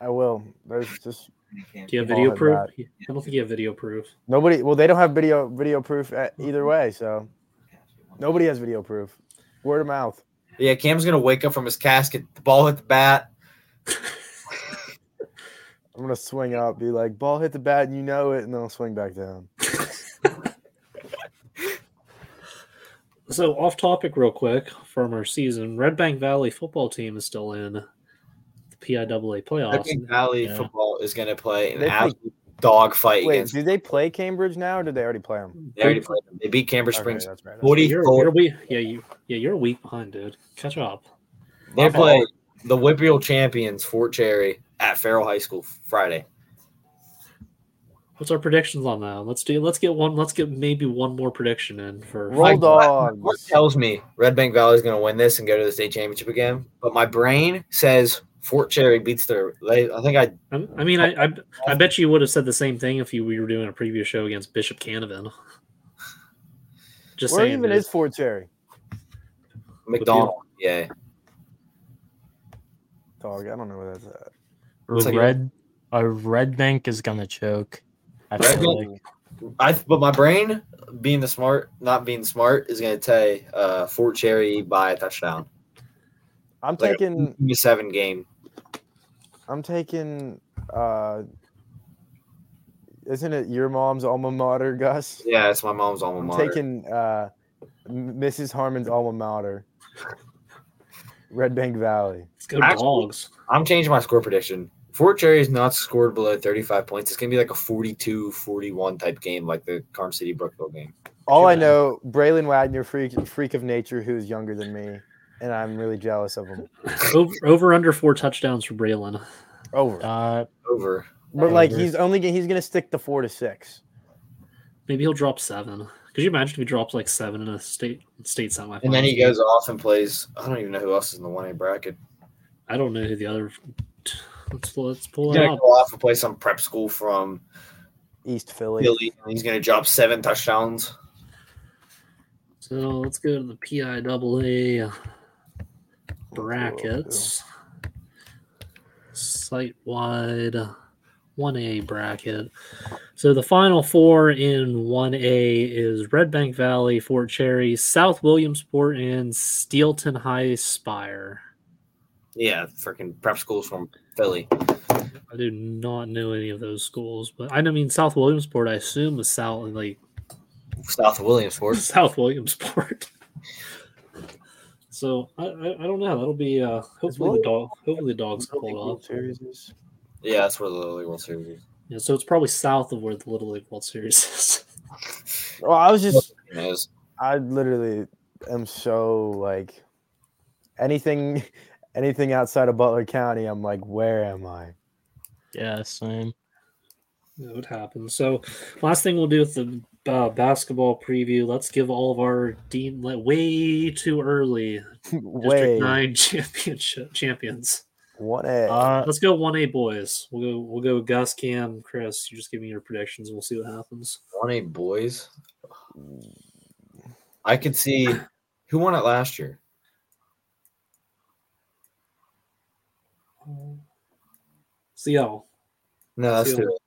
Speaker 4: I will. There's just
Speaker 5: Cam.
Speaker 1: Do you have
Speaker 4: Keep
Speaker 1: video
Speaker 4: all of
Speaker 1: proof?
Speaker 4: that.
Speaker 1: I don't think you have video proof.
Speaker 4: nobody. Well, they don't have video video proof uh, either way, so nobody has video proof. Word of mouth.
Speaker 2: Yeah, Cam's gonna wake up from his casket. The ball hit the bat.
Speaker 4: I'm gonna swing up, be like, ball hit the bat, and you know it, and then I'll swing back down.
Speaker 1: So off topic, real quick from our season, Red Bank Valley football team is still in the PIAA
Speaker 2: Red
Speaker 1: playoffs.
Speaker 2: Bank Valley
Speaker 3: Yeah.
Speaker 2: football is gonna play an
Speaker 4: They play-
Speaker 2: absolute dogfight
Speaker 4: Wait,
Speaker 2: against.
Speaker 4: do they play Cambridge now, or did they already play them?
Speaker 2: They already played them. They beat Cambridge Springs.
Speaker 4: that's right.
Speaker 2: What do you
Speaker 1: You're,
Speaker 2: call it?
Speaker 1: you're weak. Yeah, you yeah you're a week behind, dude. Catch up.
Speaker 2: They play the Whippeal champions Fort Cherry at Farrell High School Friday.
Speaker 1: What's our predictions on that? Let's do. Let's get one. Let's get maybe one more prediction in for.
Speaker 4: Roll dogs.
Speaker 2: What tells me Red Bank Valley is going to win this and go to the state championship again? But my brain says Fort Cherry beats their. They, I think I.
Speaker 1: I I mean, I, I I bet you would have said the same thing if you we were doing a preview show against Bishop Canavan. Just
Speaker 4: Where
Speaker 1: saying,
Speaker 4: even
Speaker 1: dude.
Speaker 4: is Fort Cherry?
Speaker 2: McDonald. Yeah.
Speaker 4: Dog, I don't know where that's at.
Speaker 2: It's like-
Speaker 3: red, a red bank is gonna choke. I
Speaker 2: Red
Speaker 3: feel
Speaker 2: Bank-
Speaker 3: like.
Speaker 2: I. But my brain, being the smart, not being smart, is going to say uh, Fort Cherry by a touchdown.
Speaker 4: I'm
Speaker 2: Like
Speaker 4: taking.
Speaker 2: a seven game.
Speaker 4: I'm taking. uh Isn't it your mom's alma mater, Gus?
Speaker 2: Yeah, it's my mom's alma
Speaker 4: I'm
Speaker 2: mater.
Speaker 4: taking uh, M- Mrs. Harmon's alma mater, Red Bank Valley.
Speaker 1: Let's go
Speaker 2: Actually-
Speaker 1: dogs.
Speaker 2: I'm changing my score prediction. Fort Cherry is not scored below 35 points. It's going to be like a 42 41 type game, like the Carm City Brookville game.
Speaker 4: All I
Speaker 1: Sure.
Speaker 4: know, Braylon Wagner, freak freak of nature, who is younger than me, and I'm really jealous of him.
Speaker 1: Over, over under four touchdowns for Braylon.
Speaker 4: Over,
Speaker 3: Uh,
Speaker 2: Over.
Speaker 4: but like
Speaker 3: over.
Speaker 4: he's only g- he's gonna stick to four to six.
Speaker 1: Maybe he'll drop seven. Could you imagine if he drops like seven in a state state semifinal?
Speaker 2: And then he goes off and plays. I don't even know who else is in the 1A bracket.
Speaker 1: I don't know who the other. Let's let's
Speaker 2: He's
Speaker 1: pull it
Speaker 2: gonna
Speaker 1: up.
Speaker 2: go off and play some prep school from
Speaker 4: East Philly.
Speaker 2: Philly, and he's gonna drop seven touchdowns.
Speaker 1: So let's go to the PIAA brackets. Site wide 1A bracket. So the final four in 1A is Red Bank Valley, Fort Cherry, South Williamsport, and Steelton High Spire.
Speaker 2: Yeah, freaking prep schools from Philly.
Speaker 1: I do not know any of those schools, but I mean South Williamsport. I assume is South like <laughs>
Speaker 2: South of Williamsport.
Speaker 1: South Williamsport. so I, I, I don't know. That'll be uh, hopefully the dog. Hopefully the dogs can pull it off.
Speaker 2: Yeah, that's where the Little League World Series is.
Speaker 1: Yeah, so it's probably south of where the Little League World Series <laughs> is.
Speaker 4: Well, I was just
Speaker 2: Who knows?
Speaker 4: I literally am so like anything <laughs> anything outside of Butler County, I'm like, where am I? <laughs>
Speaker 3: yeah, same.
Speaker 1: That would happen. So last thing we'll do with the uh, basketball preview. Let's give all of our dean like, way too early District
Speaker 4: Way
Speaker 1: Nine <laughs> championship champions.
Speaker 4: one A.
Speaker 3: Uh,
Speaker 1: Let's go one A boys. We'll go. We'll go. Gus, Cam, Chris. You just give me your predictions. and We'll see what happens.
Speaker 2: 1A boys. I could see who won it last year.
Speaker 1: CL.
Speaker 2: No, that's
Speaker 1: Two.
Speaker 2: too.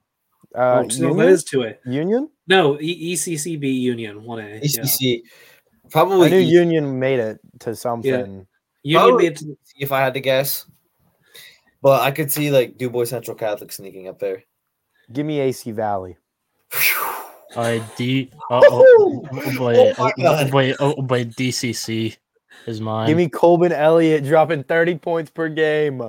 Speaker 4: Uh,
Speaker 1: oh, so that
Speaker 4: Union?
Speaker 1: is two A.
Speaker 4: Union?
Speaker 1: No, e- ECCB Union one
Speaker 2: E
Speaker 1: A. Yeah.
Speaker 2: ECC.
Speaker 4: I knew
Speaker 2: Probably E-
Speaker 4: Union made it to something.
Speaker 1: Union
Speaker 2: Probably
Speaker 1: made it to-
Speaker 2: if I had to guess. But I could see like Dubois Central Catholic sneaking
Speaker 1: <sighs>
Speaker 2: up there.
Speaker 4: Give me AC Valley.
Speaker 3: I D. Uh, oh,
Speaker 2: Woohoo!
Speaker 3: wait,
Speaker 2: Oh my God.
Speaker 3: wait, oh, wait, DCC is mine.
Speaker 4: Give me Colbin Elliott dropping 30 points per game.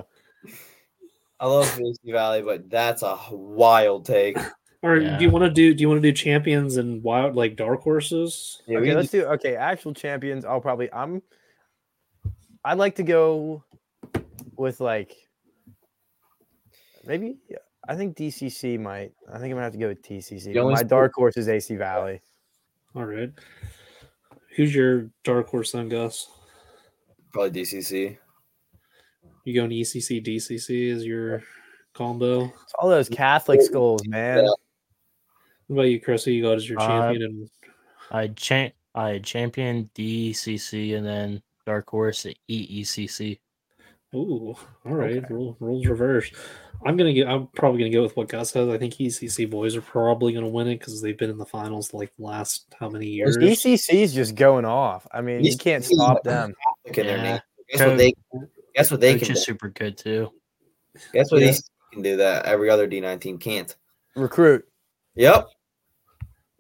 Speaker 2: I love Felicity Valley, but that's a wild take.
Speaker 1: Or
Speaker 3: Yeah.
Speaker 1: do you want to do? Do you want to do champions and wild like dark horses?
Speaker 2: Yeah, we
Speaker 4: okay,
Speaker 2: can
Speaker 4: let's do okay. Actual champions. I'll probably I'm I'd like to go with like maybe I think DCC might. I think I'm gonna have to go with TCC.
Speaker 2: The
Speaker 4: but
Speaker 2: only
Speaker 4: My
Speaker 2: sport-
Speaker 4: dark horse is AC Valley.
Speaker 1: All right. Who's your dark horse then, Gus?
Speaker 2: Probably DCC.
Speaker 1: You going E ECC, DCC is your combo? What
Speaker 4: It's all those Catholic schools, man.
Speaker 1: about you, Chrissy? You got as your
Speaker 3: Uh,
Speaker 1: champion and
Speaker 3: I cha- I champion DCC and then Dark Horse E EECC.
Speaker 1: Ooh, all right. Rule, rules reverse. I'm gonna get. I'm probably gonna go with what Gus says. I think ECC boys are probably gonna win it because they've been in the finals like the last how many years?
Speaker 4: DCC's just going off. I mean, you can't
Speaker 2: DCC
Speaker 4: stop them.
Speaker 2: Look in their
Speaker 3: Yeah.
Speaker 2: name. Guess what they? Guess what they
Speaker 3: Coach
Speaker 2: can?
Speaker 3: is
Speaker 2: Do?
Speaker 3: super good too.
Speaker 2: Guess what
Speaker 1: Yeah.
Speaker 2: they can do that every other D9 team can't.
Speaker 4: Recruit.
Speaker 2: Yep.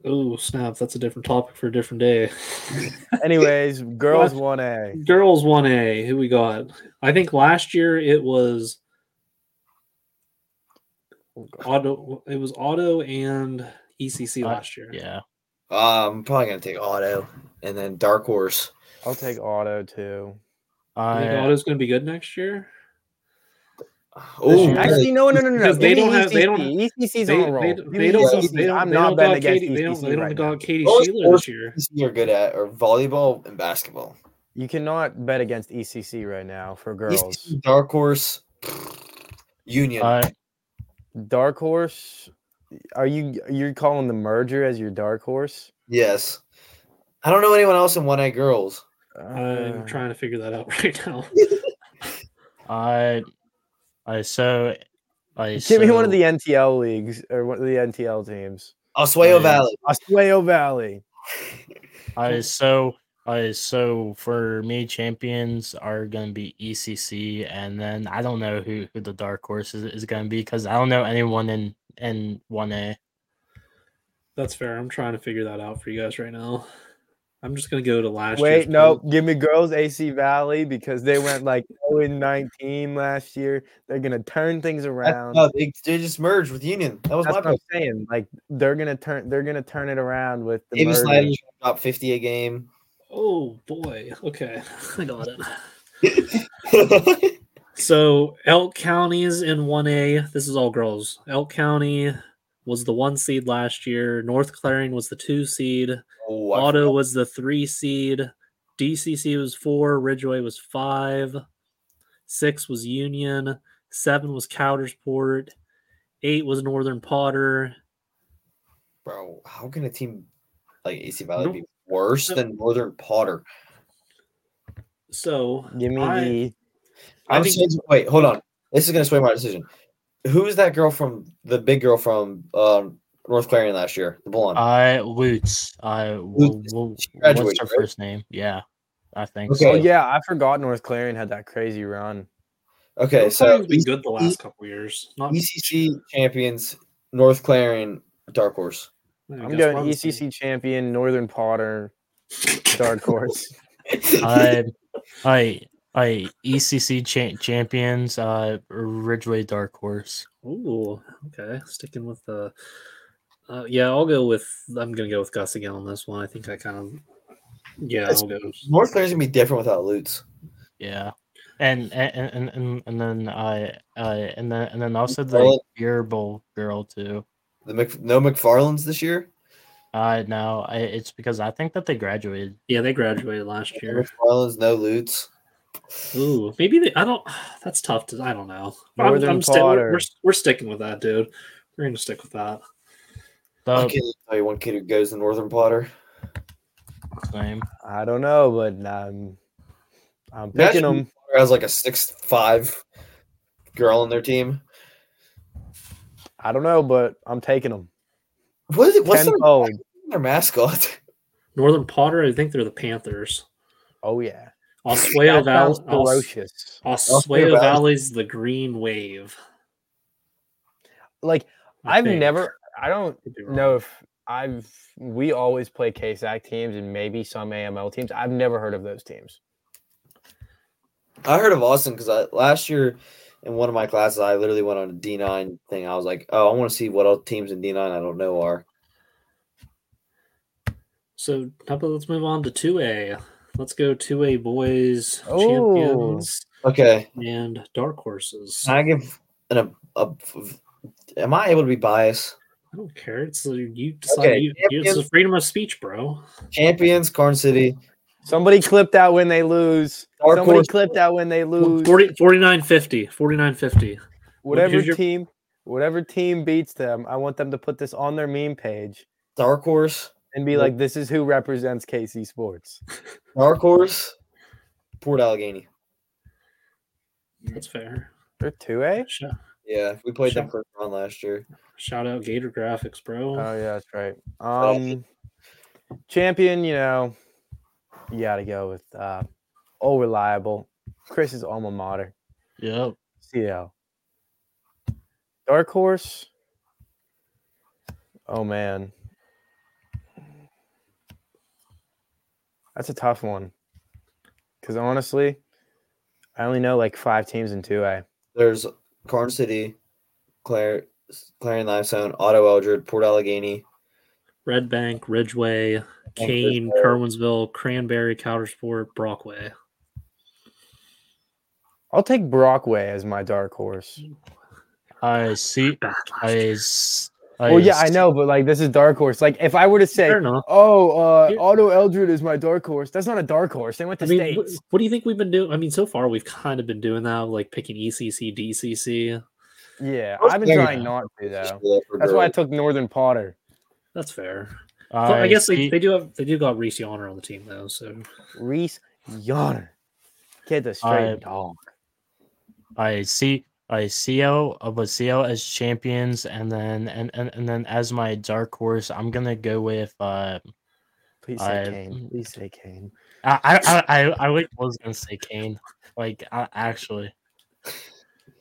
Speaker 1: Oh snap! That's a different topic for a different day. <laughs>
Speaker 4: Anyways, girls one A.
Speaker 1: Girls one A. Who we got? I think last year it was auto. It was auto and ECC
Speaker 3: Uh,
Speaker 1: last year.
Speaker 3: Yeah.
Speaker 2: Uh, I'm probably gonna take auto and then dark horse.
Speaker 4: I'll take auto too.
Speaker 1: I think
Speaker 3: I,
Speaker 1: auto's gonna be good next year.
Speaker 2: Oh,
Speaker 4: Ooh, Actually, no, no, no, no, E no.
Speaker 1: Because they
Speaker 4: Give me
Speaker 1: don't have- they don't-
Speaker 4: ECCC's
Speaker 1: They,
Speaker 4: on a
Speaker 1: they,
Speaker 4: roll.
Speaker 1: they,
Speaker 4: Give
Speaker 1: don't.
Speaker 4: me
Speaker 1: They don't.
Speaker 4: ECC.
Speaker 1: They don't.
Speaker 4: I'm
Speaker 1: they
Speaker 4: not
Speaker 1: don't got
Speaker 4: betting against
Speaker 1: Katie, They don't. They
Speaker 4: ECC
Speaker 1: don't
Speaker 4: right now.
Speaker 1: got Katie
Speaker 2: Most
Speaker 1: Sheeler this year.
Speaker 2: you're good at E are volleyball and basketball.
Speaker 4: You cannot bet against ECC right now for
Speaker 1: E
Speaker 4: girls.
Speaker 2: ECC, dark horse, <sighs> union.
Speaker 3: I,
Speaker 4: Dark horse. Are you you're calling the merger as your dark horse?
Speaker 2: yes. I don't know anyone else in one A girls.
Speaker 4: Uh,
Speaker 1: I'm trying to figure that out <laughs> right now.
Speaker 3: I, I so, I
Speaker 4: Give me one of
Speaker 3: so-
Speaker 4: the NTL leagues or one of the NTL teams.
Speaker 2: Oswego
Speaker 3: Yeah.
Speaker 2: Valley.
Speaker 4: Oswego Valley.
Speaker 3: I so I so for me champions are gonna be ECC and then I don't know who, who the dark horse is, is gonna be because I don't know anyone in in one A.
Speaker 1: That's fair. I'm trying to figure that out for you guys right now. I'm just gonna go to last. year's
Speaker 4: Wait, no,
Speaker 1: poll.
Speaker 4: give me girls AC Valley because they went like 0 and 19 last year. They're gonna turn things
Speaker 2: That's-
Speaker 4: around.
Speaker 2: No, they, they just merged with Union. That was
Speaker 4: That's what
Speaker 2: my
Speaker 4: I'm
Speaker 2: pick.
Speaker 4: saying. Like they're gonna turn they're gonna turn it around with the
Speaker 2: Davis
Speaker 4: merger.
Speaker 2: Snyder dropped 50
Speaker 1: <laughs>
Speaker 2: a game.
Speaker 1: Oh boy. Okay, <laughs> I got it.
Speaker 2: Oh, Wait,
Speaker 1: So Elk County's in 1A. This is all girls. Elk County was the one seed last year. North Claring was the two seed.
Speaker 2: Oh, I
Speaker 1: Auto
Speaker 2: forgot.
Speaker 1: was the three seed. DCC was four. Ridgeway was five. Six was Union. Seven was Cowdersport. Eight was Northern Potter.
Speaker 2: bro, how can a team like AC Valley
Speaker 1: No-
Speaker 2: be worse than Northern Potter?
Speaker 1: So
Speaker 4: Give me
Speaker 1: I-
Speaker 4: the
Speaker 1: I
Speaker 2: I'm
Speaker 1: think-
Speaker 2: saying, wait, hold on. This is gonna sway my decision. Who is that girl from the big girl from um, North Clarion last year? The blonde.
Speaker 1: Uh,
Speaker 3: I Lutz. I w-
Speaker 2: Lutz,
Speaker 3: w-
Speaker 2: she
Speaker 3: what's
Speaker 2: graduated,
Speaker 3: her
Speaker 2: right?
Speaker 3: first name? Yeah, I think.
Speaker 2: Okay.
Speaker 4: Oh
Speaker 3: so.
Speaker 4: yeah, I forgot North Clarion had that crazy run.
Speaker 2: okay,
Speaker 1: North
Speaker 2: so E
Speaker 1: Carolina's been good the last couple years. Not
Speaker 2: ECC E champions, North Clarion, Dark Horse.
Speaker 1: I
Speaker 4: I'm
Speaker 1: guess
Speaker 4: going E
Speaker 1: Ron
Speaker 4: ECC
Speaker 1: Smith.
Speaker 4: champion, Northern Potter,
Speaker 2: <laughs>
Speaker 4: dark horse.
Speaker 3: I I I ECC cha- champions. Uh, Ridgeway Dark Horse.
Speaker 1: Ooh, okay. Sticking with the. Uh, yeah, I'll go with. I'm gonna go with Gus again on this one. I think I kind of. Yeah,
Speaker 2: That's-
Speaker 1: I'll go.
Speaker 2: North Clarion's gonna be different without Lutz.
Speaker 3: Yeah. And and and and, and then I I and then and then also the
Speaker 2: Well-
Speaker 3: Beer Bowl girl too.
Speaker 2: The Mc, no McFarlands this year.
Speaker 3: Uh no, I, it's because I think that they graduated.
Speaker 1: Yeah, they graduated last
Speaker 2: No
Speaker 1: year.
Speaker 2: McFarlands, no Lutz.
Speaker 1: Ooh, maybe they. I don't. <sighs> That's tough to. I don't know.
Speaker 4: Northern
Speaker 1: I'm, I'm sti- we're,
Speaker 4: Potter.
Speaker 1: we're, we're sticking with that, dude. We're gonna stick with that.
Speaker 2: I
Speaker 3: The
Speaker 2: can't tell you one kid who goes to Northern Potter.
Speaker 3: name.
Speaker 4: I don't know, but um, I'm
Speaker 2: That's-
Speaker 4: picking them.
Speaker 2: Potter has like a six five girl on their team.
Speaker 4: I don't know, but I'm taking them.
Speaker 2: What is it? What's their,
Speaker 4: Tenfold.
Speaker 2: their mascot? <laughs>
Speaker 1: Northern Potter. I think they're the Panthers.
Speaker 4: Oh yeah,
Speaker 1: Oswego
Speaker 4: That sounds
Speaker 1: Valley. Os-
Speaker 4: ferocious.
Speaker 1: Oswego
Speaker 2: Valley.
Speaker 1: Valley's the Green Wave.
Speaker 4: Like
Speaker 1: I
Speaker 4: I've
Speaker 1: think.
Speaker 4: never. I don't
Speaker 1: Could be wrong.
Speaker 4: know if I've. We always play KSAC teams and maybe some AML teams. I've never heard of those teams.
Speaker 2: I heard of Austin because I last year in one of my classes I literally went on a D nine thing. I was like, oh, I want to see what other teams in D nine I don't know are.
Speaker 1: So, how about let's move on to two A. Let's go two A boys
Speaker 4: Oh.
Speaker 1: champions
Speaker 2: Okay.
Speaker 1: and dark horses.
Speaker 2: Can I give an a, a am I able to be biased?
Speaker 1: I don't care. It's uh, you decide.
Speaker 2: Okay,
Speaker 1: You, you- it's the
Speaker 2: champions-
Speaker 1: freedom of speech, bro.
Speaker 2: Champions, Carn City.
Speaker 4: Somebody clipped out when they lose.
Speaker 2: Dark
Speaker 4: Somebody
Speaker 2: horse.
Speaker 4: clipped out when they lose.
Speaker 1: 40, 49.50. 49.50.
Speaker 4: whatever
Speaker 1: who's your-
Speaker 4: team, whatever team beats them, I want them to put this on their meme page
Speaker 2: Dark Horse.
Speaker 4: and be like, "This is who represents KC Sports."
Speaker 2: Dark Horse. Port Allegheny.
Speaker 1: That's fair.
Speaker 4: They're two A.
Speaker 1: Sh-
Speaker 2: Yeah, we played them
Speaker 1: Sure.
Speaker 2: first round last year.
Speaker 1: Shout out Gator Graphics, bro.
Speaker 4: Oh yeah, that's right.
Speaker 2: I
Speaker 4: Um, champion, you know, you got to go with uh, old reliable. Chris's alma mater,
Speaker 3: Yep.
Speaker 4: CL. Dark horse. Oh man, that's a tough one. Because honestly, I only know like five teams in two A.
Speaker 2: There's Carn City, Clare, Clarion Limestone, Otto Eldred, Port Allegheny,
Speaker 1: Red Bank, Ridgeway, Kane,
Speaker 2: Ridgeway.
Speaker 1: Kerwinsville, Cranberry, Countersport, Brockway.
Speaker 4: I'll take Brockway as my dark horse.
Speaker 3: I see.
Speaker 1: Bad last
Speaker 3: I.
Speaker 1: year.
Speaker 3: s-
Speaker 4: Well, yeah, I
Speaker 3: s-
Speaker 4: know, but like this is dark horse. Like if I were to say,
Speaker 1: Fair enough.
Speaker 4: Oh, uh,
Speaker 1: Here-
Speaker 4: Otto Eldred is my dark horse. That's not a dark horse. They went
Speaker 1: I
Speaker 4: to
Speaker 1: mean, what,
Speaker 4: states.
Speaker 1: what do you think we've been doing? I mean, so far we've kind of been doing that, like picking E ECC, DCC.
Speaker 4: yeah,
Speaker 2: Most
Speaker 4: I've been
Speaker 2: players-
Speaker 4: trying not to though.
Speaker 2: Stafford,
Speaker 4: That's why I
Speaker 2: Durham.
Speaker 4: took Northern Potter.
Speaker 1: That's fair. So I, guess they,
Speaker 3: see.
Speaker 1: they do have they do got Reese Yonner on the team though. So
Speaker 4: Reese Yonner, get the straight Oh,
Speaker 3: I-
Speaker 4: dog.
Speaker 3: I see I CL uh, but CL as champions and then and, and, and then as my dark horse, I'm gonna go with uh
Speaker 4: Please say
Speaker 3: I-
Speaker 4: Kane. Please say Kane.
Speaker 3: I I I, I, I like- was gonna say Kane. Like I, actually.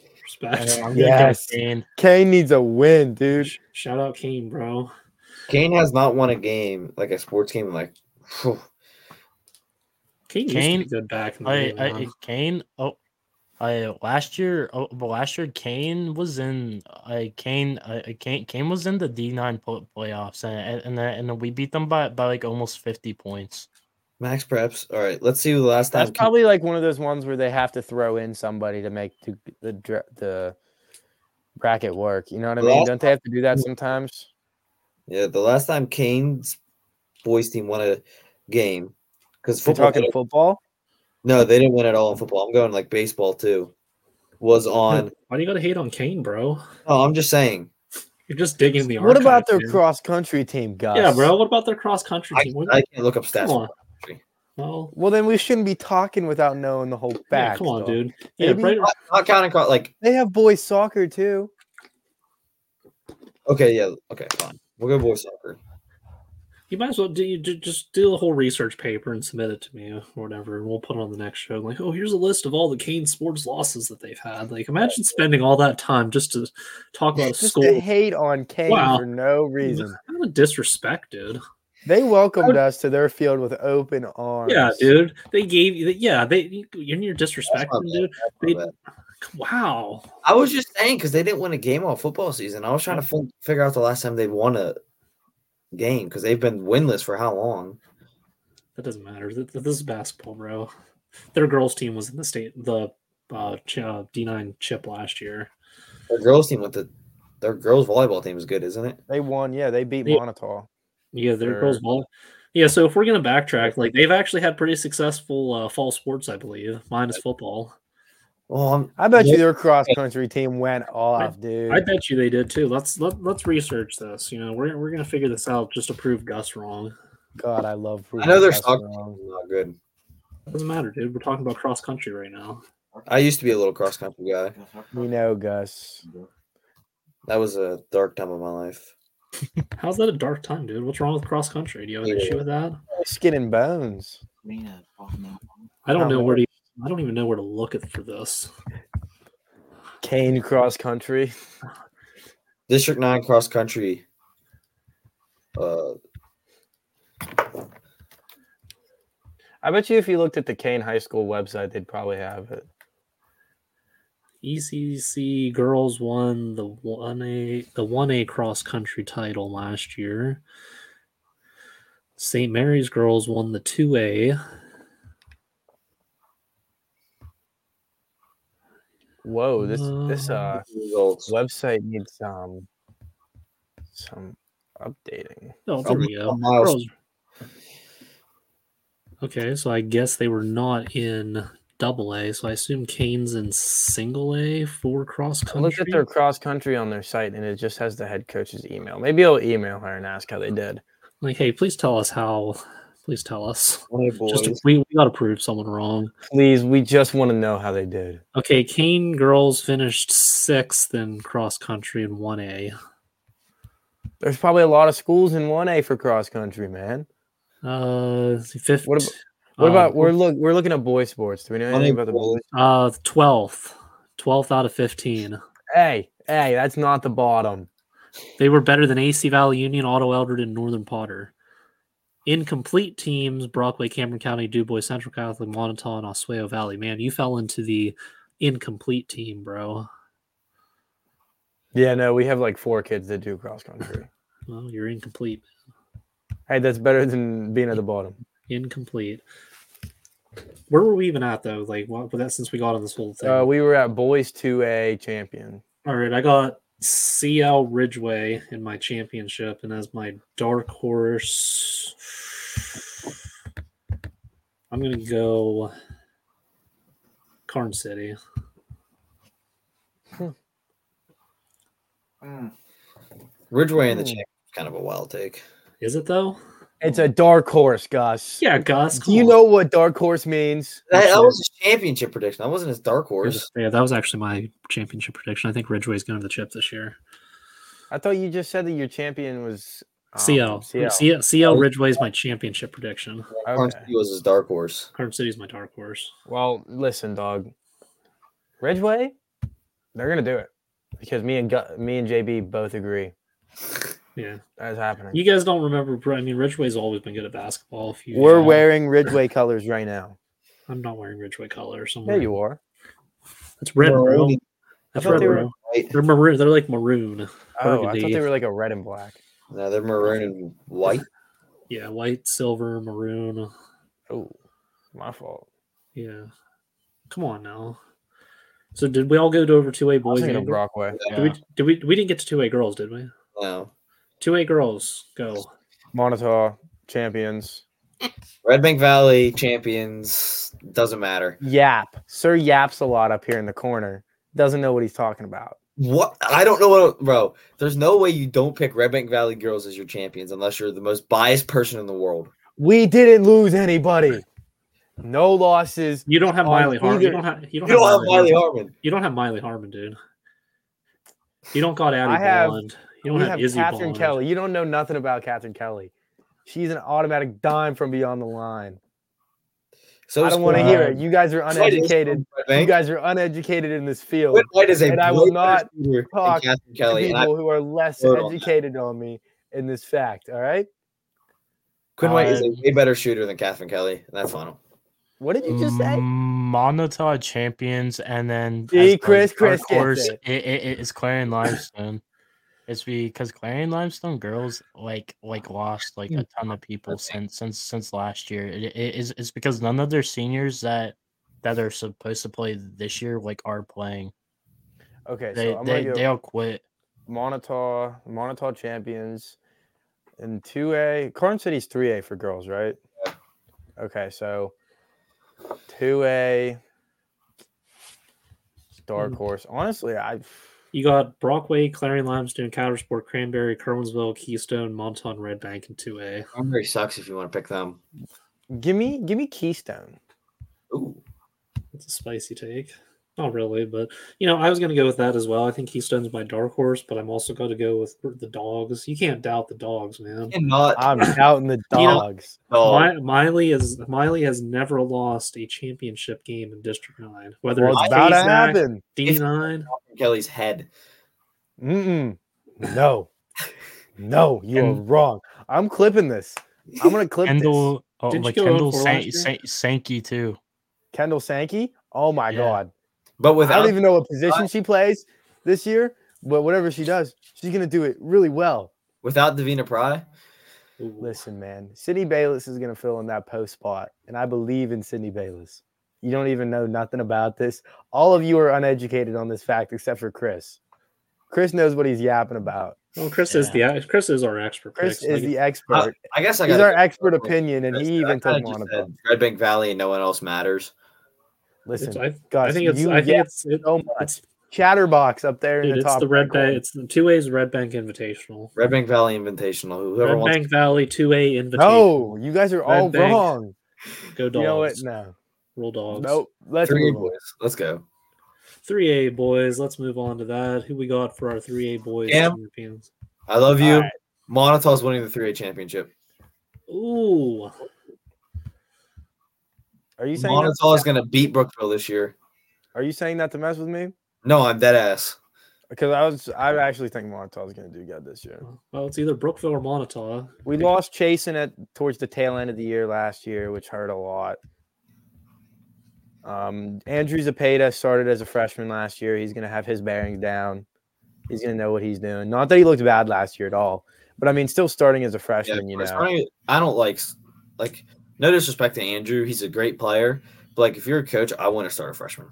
Speaker 3: And
Speaker 1: respect.
Speaker 3: then I'm gonna
Speaker 4: Yes.
Speaker 3: go Kane.
Speaker 4: Kane needs a win, dude.
Speaker 1: <laughs> Shout out Kane, bro.
Speaker 2: Kane has not won a game like a sports game in, like. phew,
Speaker 1: Kane,
Speaker 3: Kane-
Speaker 1: used to be good back in the
Speaker 3: I,
Speaker 1: day,
Speaker 3: I
Speaker 1: man.
Speaker 3: Kane oh I last year oh but last year Kane was in I Kane I Kane Kane was in the D nine playoffs and and then, and then we beat them by by like almost fifty points.
Speaker 2: Max Preps. All right, let's see who the last time.
Speaker 4: That's probably like one of those ones where they have to throw in somebody to make the the, dra- the bracket work. You know what I mean?
Speaker 2: Last
Speaker 4: Don't they have to do that sometimes?
Speaker 2: yeah, the last time Kane's boys team won a game because
Speaker 4: We're
Speaker 2: football.
Speaker 4: talking football.
Speaker 2: no, they didn't win at all in football. I'm going like baseball too. Was
Speaker 4: <laughs>
Speaker 2: on.
Speaker 1: Why do you gotta hate on Kane, bro?
Speaker 2: Oh, I'm just saying.
Speaker 1: You're just digging the.
Speaker 4: What about
Speaker 1: archives,
Speaker 4: their
Speaker 1: man.
Speaker 4: cross country team, guys?
Speaker 1: Yeah, bro. What about their cross country
Speaker 2: I,
Speaker 1: team? What-
Speaker 2: I can't look up
Speaker 1: come
Speaker 2: stats.
Speaker 1: on.
Speaker 2: for country.
Speaker 1: Well,
Speaker 4: Well, then we shouldn't be talking witithout knowing the whole
Speaker 1: yeah,
Speaker 4: back.
Speaker 1: come on,
Speaker 4: dog.
Speaker 1: dude. Yeah,
Speaker 4: Maybe-
Speaker 1: right,
Speaker 2: Not, not counting co- like
Speaker 4: They have boys soccer too.
Speaker 2: okay, yeah, okay, fine. We'll go boy soccer.
Speaker 1: you might as well do you ju- just do the whole research paper and submit it to me or whatever, and we'll put it on the next show. Like, oh, here's a list of all the Kane sports losses that they've had. Like, imagine spending all that time just to talk about a
Speaker 4: Just
Speaker 1: school.
Speaker 4: to hate on Kane
Speaker 1: Wow.
Speaker 4: for no reason.
Speaker 1: Kind of disrespect, dude.
Speaker 4: They welcomed us to their field with open arms.
Speaker 1: Yeah, dude. They gave you. Yeah, they. You're, you're
Speaker 2: That's my
Speaker 1: disrespecting,
Speaker 2: bad,
Speaker 1: dude.
Speaker 2: that's my
Speaker 1: They-
Speaker 2: bad.
Speaker 1: Wow.
Speaker 2: I was just saying because they didn't win a game all football season. I was trying to fin- figure out the last time they won a game because they've been winless for how long?
Speaker 1: That doesn't matter. Th- th- This is basketball, bro. Their girls' team was in the state, the uh, ch- uh, D9 chip last year.
Speaker 2: Their girls team with the their girls volleyball team is good, isn't it?
Speaker 4: They won. Yeah, they beat
Speaker 1: They-
Speaker 4: Monotol.
Speaker 1: Yeah, their
Speaker 4: Sure.
Speaker 1: girls' ball. Yeah, so if we're gonna backtrack, like they've actually had pretty successful uh, fall sports, I believe, minus football.
Speaker 2: Well, I'm,
Speaker 4: I bet you their cross country team went off, dude.
Speaker 1: I bet you they did too. Let's let, let's research this. You know, we're we're gonna figure this out just to prove Gus wrong.
Speaker 4: God, I love.
Speaker 2: I know their
Speaker 4: Ruben
Speaker 2: soccer
Speaker 4: Casperong.
Speaker 2: team is not good.
Speaker 1: Doesn't matter, dude. We're talking about cross country right now.
Speaker 2: I used to be a little cross country guy.
Speaker 4: We know, Gus.
Speaker 2: That was a dark time of my life.
Speaker 1: How's that a dark time, dude? What's wrong with cross country? Do you have an
Speaker 2: Yeah.
Speaker 1: issue with that?
Speaker 4: Skin and bones.
Speaker 1: I don't
Speaker 4: Not
Speaker 1: know where to. I don't even know where to look at for this.
Speaker 4: Kane cross country.
Speaker 2: District nine cross country. Uh,
Speaker 4: I bet you if you looked at the Kane High School website, they'd probably have it.
Speaker 1: ECC E girls won the one A the one A cross country title last year. St. Mary's girls won the two A.
Speaker 4: Whoa, this this uh
Speaker 2: Results.
Speaker 4: website needs um some updating.
Speaker 1: Oh, there we go.
Speaker 2: From Miles.
Speaker 1: Girls. Okay, so I guess they were not in double A, so I assume Kane's in single A for cross
Speaker 4: I
Speaker 1: country.
Speaker 4: looked at their cross country on their site and it just has the head coach's email. Maybe I'll email her and ask how they did.
Speaker 1: like, hey, please tell us how. Please tell us.
Speaker 2: Hey, boys.
Speaker 1: Just we, we got to prove someone wrong.
Speaker 4: Please, we just want to know how they did.
Speaker 1: Okay, Kane girls finished sixth in cross country in one A.
Speaker 4: There's probably a lot of schools in one A for cross country, man.
Speaker 1: Uh, fifth.
Speaker 4: What about- What
Speaker 1: Um,
Speaker 4: about we're look we're looking at boy sports. Do we know
Speaker 2: Only
Speaker 4: anything about the boys?
Speaker 2: boys.
Speaker 1: uh twelfth? Twelfth out of fifteen.
Speaker 4: Hey, hey, that's not the bottom.
Speaker 1: They were better than AC Valley Union, Auto Eldred, and Northern Potter. Incomplete teams: Brockway, Cameron County, Dubois, Central Catholic, Monotone, Oswego Valley. Man, you fell into the incomplete team, bro.
Speaker 4: Yeah, no, we have like four kids that do cross country.
Speaker 1: Well, you're incomplete.
Speaker 4: hey, that's better than being at the bottom.
Speaker 1: Incomplete. Where were we even at though? Like, what, that since we got on this whole thing?
Speaker 4: Uh, we were at boys 2A champion.
Speaker 1: All right, I got CL Ridgeway in my championship, and as my dark horse, I'm gonna go Carn City.
Speaker 5: Mm,
Speaker 2: Ridgeway in the
Speaker 4: Hmm.
Speaker 2: championship is kind of a wild take.
Speaker 1: Is it though?
Speaker 4: It's a dark horse, Gus.
Speaker 1: Yeah, Gus.
Speaker 4: Do you
Speaker 1: come
Speaker 4: know what dark horse means?
Speaker 2: That, that
Speaker 1: sure.
Speaker 2: was a championship prediction. That wasn't his dark
Speaker 1: on.
Speaker 2: horse.
Speaker 1: Yeah, that was actually my championship prediction. I think Ridgeway's going to the chip this year.
Speaker 4: I thought you just said that your champion was um,
Speaker 1: CL.
Speaker 4: CL.
Speaker 1: CL.
Speaker 4: Oh.
Speaker 1: CL Ridgeway's my championship prediction.
Speaker 2: Carnes
Speaker 4: Okay.
Speaker 2: City was his dark horse.
Speaker 1: Carn City's my dark horse.
Speaker 4: Well, listen, dog. Ridgeway, they're gonna do it because me and Gu- me and JB both agree
Speaker 1: Yeah.
Speaker 4: that's happening.
Speaker 1: You guys don't remember, bro. I mean, Ridgeway's always been good at basketball. If you
Speaker 4: We're
Speaker 1: uh,
Speaker 4: wearing Ridgeway colors right now.
Speaker 1: I'm not wearing Ridgeway colors. I'm
Speaker 4: Yeah,
Speaker 1: wearing-
Speaker 4: you are.
Speaker 1: That's red, bro.
Speaker 2: Maroon,
Speaker 1: That's
Speaker 4: I thought
Speaker 1: red,
Speaker 4: they were-
Speaker 1: bro.
Speaker 2: right?
Speaker 1: They're maroon. They're like maroon.
Speaker 4: Oh, I thought
Speaker 1: Burgundy.
Speaker 4: they were like a red and black.
Speaker 2: No, they're maroon and
Speaker 4: <laughs>
Speaker 2: white.
Speaker 1: Yeah, white, silver, maroon.
Speaker 4: Oh, my fault.
Speaker 1: Yeah. Come on now. So did we all go to over two A
Speaker 4: I was
Speaker 1: boys?
Speaker 4: thinking of
Speaker 1: and-
Speaker 4: Brockway.
Speaker 1: Did we? Did we? We didn't get to two A girls, did we?
Speaker 2: No.
Speaker 1: Two A girls, go.
Speaker 4: Montauk champions.
Speaker 2: Red Bank Valley champions doesn't matter.
Speaker 4: Yap. Sir yaps a lot up here in the corner. Doesn't know what he's talking about.
Speaker 2: What I don't know what bro. There's no way you don't pick Red Bank Valley girls as your champions unless you're the most biased person in the world.
Speaker 4: We didn't lose anybody. No losses.
Speaker 1: You don't have
Speaker 4: On
Speaker 1: Miley Harmon. You
Speaker 4: either-
Speaker 1: don't have. You
Speaker 2: You
Speaker 1: don't,
Speaker 2: don't have Miley
Speaker 1: Harmon.
Speaker 2: Harmon.
Speaker 1: You don't have Miley Harmon, dude. You don't got Addie
Speaker 4: I have-
Speaker 1: Bond. You
Speaker 4: We
Speaker 1: don't have,
Speaker 4: have
Speaker 1: Izzy
Speaker 4: Catherine
Speaker 1: Bond.
Speaker 4: Kelly. You don't know nothing about Catherine Kelly. She's an automatic dime from beyond the line.
Speaker 2: So
Speaker 4: I don't want to
Speaker 3: cool.
Speaker 4: hear it. You guys are
Speaker 2: White is
Speaker 4: uneducated.
Speaker 2: from Red Bank.
Speaker 4: You guys are uneducated in this field.
Speaker 2: Whit White is a
Speaker 4: and I will
Speaker 2: blatant
Speaker 4: not
Speaker 2: leader than
Speaker 4: talk
Speaker 2: Catherine
Speaker 4: to
Speaker 2: Kelly. And I,
Speaker 4: people who are less
Speaker 2: word on that.
Speaker 4: educated on me in this fact. All right.
Speaker 2: Quinn White is a
Speaker 3: Um,
Speaker 2: way better shooter than Catherine Kelly, and that's final.
Speaker 4: What did you just
Speaker 1: Mm,
Speaker 4: say?
Speaker 3: Monotone champions, and then
Speaker 4: See,
Speaker 3: as the
Speaker 4: Chris-
Speaker 3: dark
Speaker 4: Chris gets
Speaker 3: horse,
Speaker 4: it.
Speaker 3: it. it- it is Clarion Limestone. It's because Clarion Limestone girls like like lost like a ton of people since since since last year. It, it is it's because none of their seniors that that are supposed to play this year like are playing.
Speaker 4: Okay,
Speaker 3: They
Speaker 4: so I'm
Speaker 3: they
Speaker 4: gonna
Speaker 3: they
Speaker 4: go
Speaker 3: all quit.
Speaker 4: Montauk, Montauk champions, and two A. Carn City's three A for girls, right?
Speaker 2: Yeah.
Speaker 4: Okay, so two A. Dark
Speaker 1: Mm.
Speaker 4: horse. Honestly, I
Speaker 1: You got Brockway, Clarion Limestone, Countersport, Cranberry, Kerwinsville, Keystone, Monton, Red Bank, and 2A.
Speaker 2: Hungary sucks if you want to pick them.
Speaker 4: give me give me Keystone.
Speaker 2: Ooh.
Speaker 1: It's a spicy take. Not really, but you know, I was going to go with that as well. I think Keystone's my dark horse, but I'm also going to go with the dogs. You can't doubt the dogs, man.
Speaker 2: Cannot
Speaker 4: I'm doubting the
Speaker 1: <laughs> You know-
Speaker 4: dogs.
Speaker 2: dog.
Speaker 1: Mi- Miley is Miley has never lost a championship game in District Nine, whether
Speaker 4: well, it's
Speaker 1: it's
Speaker 4: about to
Speaker 1: D9,
Speaker 4: happen.
Speaker 1: D9.
Speaker 2: Catherine Kelly's head.
Speaker 4: Mm-mm. No, no, you are
Speaker 3: And-
Speaker 4: wrong. I'm clipping this. I'm gonna clip this.
Speaker 3: Kendall oh,
Speaker 1: Didn't you
Speaker 3: like
Speaker 1: go
Speaker 3: Kendall
Speaker 1: 0-4
Speaker 3: San-
Speaker 1: last year?
Speaker 3: San- Sankey too.
Speaker 4: Kendall Sankey. Oh my
Speaker 3: Yeah.
Speaker 4: god.
Speaker 2: But
Speaker 4: I
Speaker 2: without
Speaker 4: don't even know what position she plays this year, but whatever she does, she's gonna do it really well.
Speaker 2: without Davina Pry,
Speaker 1: Ooh.
Speaker 4: Listen, man, Sydney Bayless is gonna fill in that post spot, and I believe in Sydney Bayless. You don't even know nothing about this. All of you are uneducated on this fact except for Chris. Chris knows what he's yapping about.
Speaker 1: Well, Chris is the Chris is our expert.
Speaker 4: Chris
Speaker 1: pick, so
Speaker 4: is
Speaker 1: I-
Speaker 4: the expert.
Speaker 2: I guess I
Speaker 4: he's
Speaker 2: got
Speaker 4: our expert opinion, and he even took
Speaker 2: told
Speaker 4: him on about. it.
Speaker 2: Red Bank Valley and no one else matters.
Speaker 1: it's-
Speaker 4: Listen,
Speaker 1: I,
Speaker 4: Gus,
Speaker 1: I think it's
Speaker 4: you
Speaker 1: I think
Speaker 4: yap
Speaker 1: it's it,
Speaker 4: so much.
Speaker 1: it's
Speaker 4: Chatterbox up there in
Speaker 1: dude,
Speaker 4: the
Speaker 1: it's
Speaker 4: top.
Speaker 1: the Red
Speaker 4: right
Speaker 1: Bank.
Speaker 4: corner.
Speaker 1: It's the two A's Red Bank Invitational.
Speaker 2: Red Bank Valley Invitational. Whoever
Speaker 1: Red
Speaker 2: wants
Speaker 1: Bank Valley two A Invitational.
Speaker 4: No, you guys are all
Speaker 1: Red Bank.
Speaker 4: wrong.
Speaker 1: go dogs.
Speaker 4: You know what? No,
Speaker 1: Roll dogs.
Speaker 4: nope. Let's
Speaker 2: three
Speaker 4: move on.
Speaker 2: boys. Let's go.
Speaker 1: Three A boys. Let's move on to that. Who we got for our three A boys
Speaker 2: Cam?
Speaker 1: champions?
Speaker 2: I love you.
Speaker 4: All right.
Speaker 2: Monotol's winning the 3A championship.
Speaker 1: Ooh,
Speaker 4: Are you saying that,
Speaker 2: Monotol is going to beat Brookville this year.
Speaker 4: Are you saying that to mess with me?
Speaker 2: No, I'm dead ass.
Speaker 4: Because I was, I actually think Montauk's going to do good this year.
Speaker 1: well, it's either Brookville or Montauk.
Speaker 4: We lost chasing it towards the tail end of the year last year, which hurt a lot. Um, Andrew Zapata started as a freshman last year. He's going to have his bearings down. He's going to know what he's doing. Not that he looked bad last year at all, but I mean, still starting as a
Speaker 2: Yeah,
Speaker 4: freshman, you know.
Speaker 2: Chris Bryant, I don't like like no disrespect to Andrew. He's a great player, but like if you're a coach, I want to start a freshman.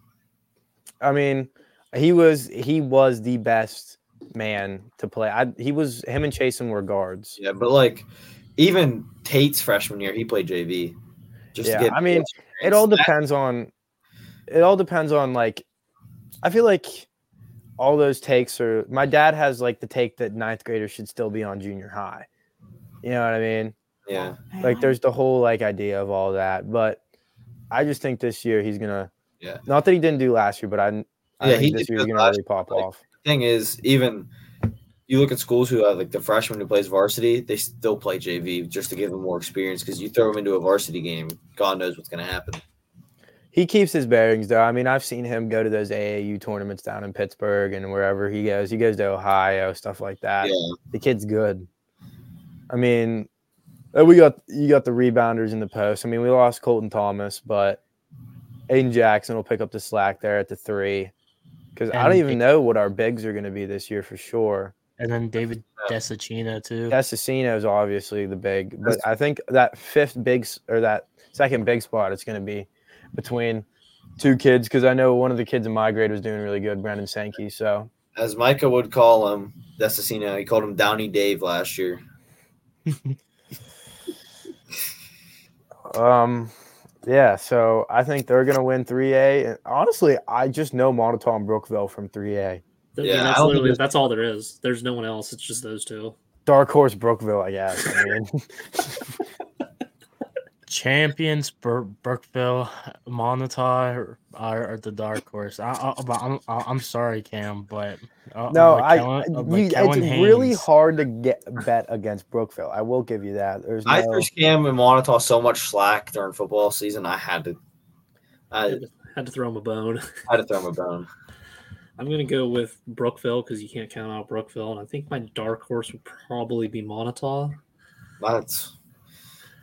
Speaker 4: I mean, he was he was the best man to play. I, he was him and Chasen were guards.
Speaker 2: Yeah, but like even Tate's freshman year, he played JV. Just
Speaker 4: Yeah,
Speaker 2: to get
Speaker 4: I mean, it all depends on it all depends on like i feel like all those takes are my dad has like the take that ninth graders should still be on junior high you know what i mean
Speaker 2: Yeah,
Speaker 4: like there's the whole like idea of all that but i just think this year he's gonna
Speaker 2: Yeah.
Speaker 4: not that he didn't do last year but i, I
Speaker 2: Yeah, he
Speaker 4: think
Speaker 2: did
Speaker 4: this year
Speaker 2: good
Speaker 4: he's gonna
Speaker 2: last
Speaker 4: really pop
Speaker 2: like-
Speaker 4: off
Speaker 2: thing is, even you look at schools who have like the freshman who plays varsity, they still play JV just to give them more experience. Because you throw them into a varsity game, God knows what's going to happen.
Speaker 4: he keeps his bearings though i mean i've seen him go to those aau tournaments down in pittsburgh and wherever he goes he goes to ohio stuff like that
Speaker 2: yeah,
Speaker 4: the kid's good. I mean, uh, we got you got the rebounders in the post. I mean, we lost Colton Thomas, but Aiden Jackson will pick up the slack there at the three. Because I don't
Speaker 3: And
Speaker 4: even
Speaker 3: it-
Speaker 4: know what our bigs are going to be this year for sure.
Speaker 3: and then David Desicino too.
Speaker 4: Casasino is obviously the big, but
Speaker 2: That's-
Speaker 4: I think that fifth big s- or that second big spot it's going to be between two kids. Because I know one of the kids in my grade was doing really good, Brendan Sankey. So
Speaker 2: as Micah would call him, Desicino. uh, He called him Downey Dave last year.
Speaker 4: Um, yeah, so I think they're gonna win 3A. And honestly, I just know Monotone and Brookville from 3A.
Speaker 1: That-
Speaker 2: Yeah,
Speaker 1: I mean,
Speaker 2: I
Speaker 1: that's
Speaker 2: don't think
Speaker 1: literally
Speaker 2: there's-
Speaker 1: that's all there is. There's no one else. It's just those two.
Speaker 4: Dark horse Brookville, I guess. I
Speaker 2: <laughs>
Speaker 4: mean,
Speaker 3: Champions Bur- Brookville Monotau are, are the dark horse. I, I, but I'm I- I'm sorry, Cam, but uh,
Speaker 4: no,
Speaker 3: but
Speaker 4: I.
Speaker 3: Kellen- uh, but
Speaker 4: you, it's
Speaker 3: Kellen
Speaker 4: really
Speaker 3: Haynes-
Speaker 4: hard to get bet against Brookville. I will give you that. There's no.
Speaker 2: I pushed Cam and Monotol so much slack during football season. I had to, I
Speaker 1: Had to throw him a bone. <laughs>
Speaker 2: had to throw him a bone.
Speaker 1: I'm gonna go with Brookville because you can't count out Brookville, and I think my dark horse would probably be Montauk.
Speaker 2: That's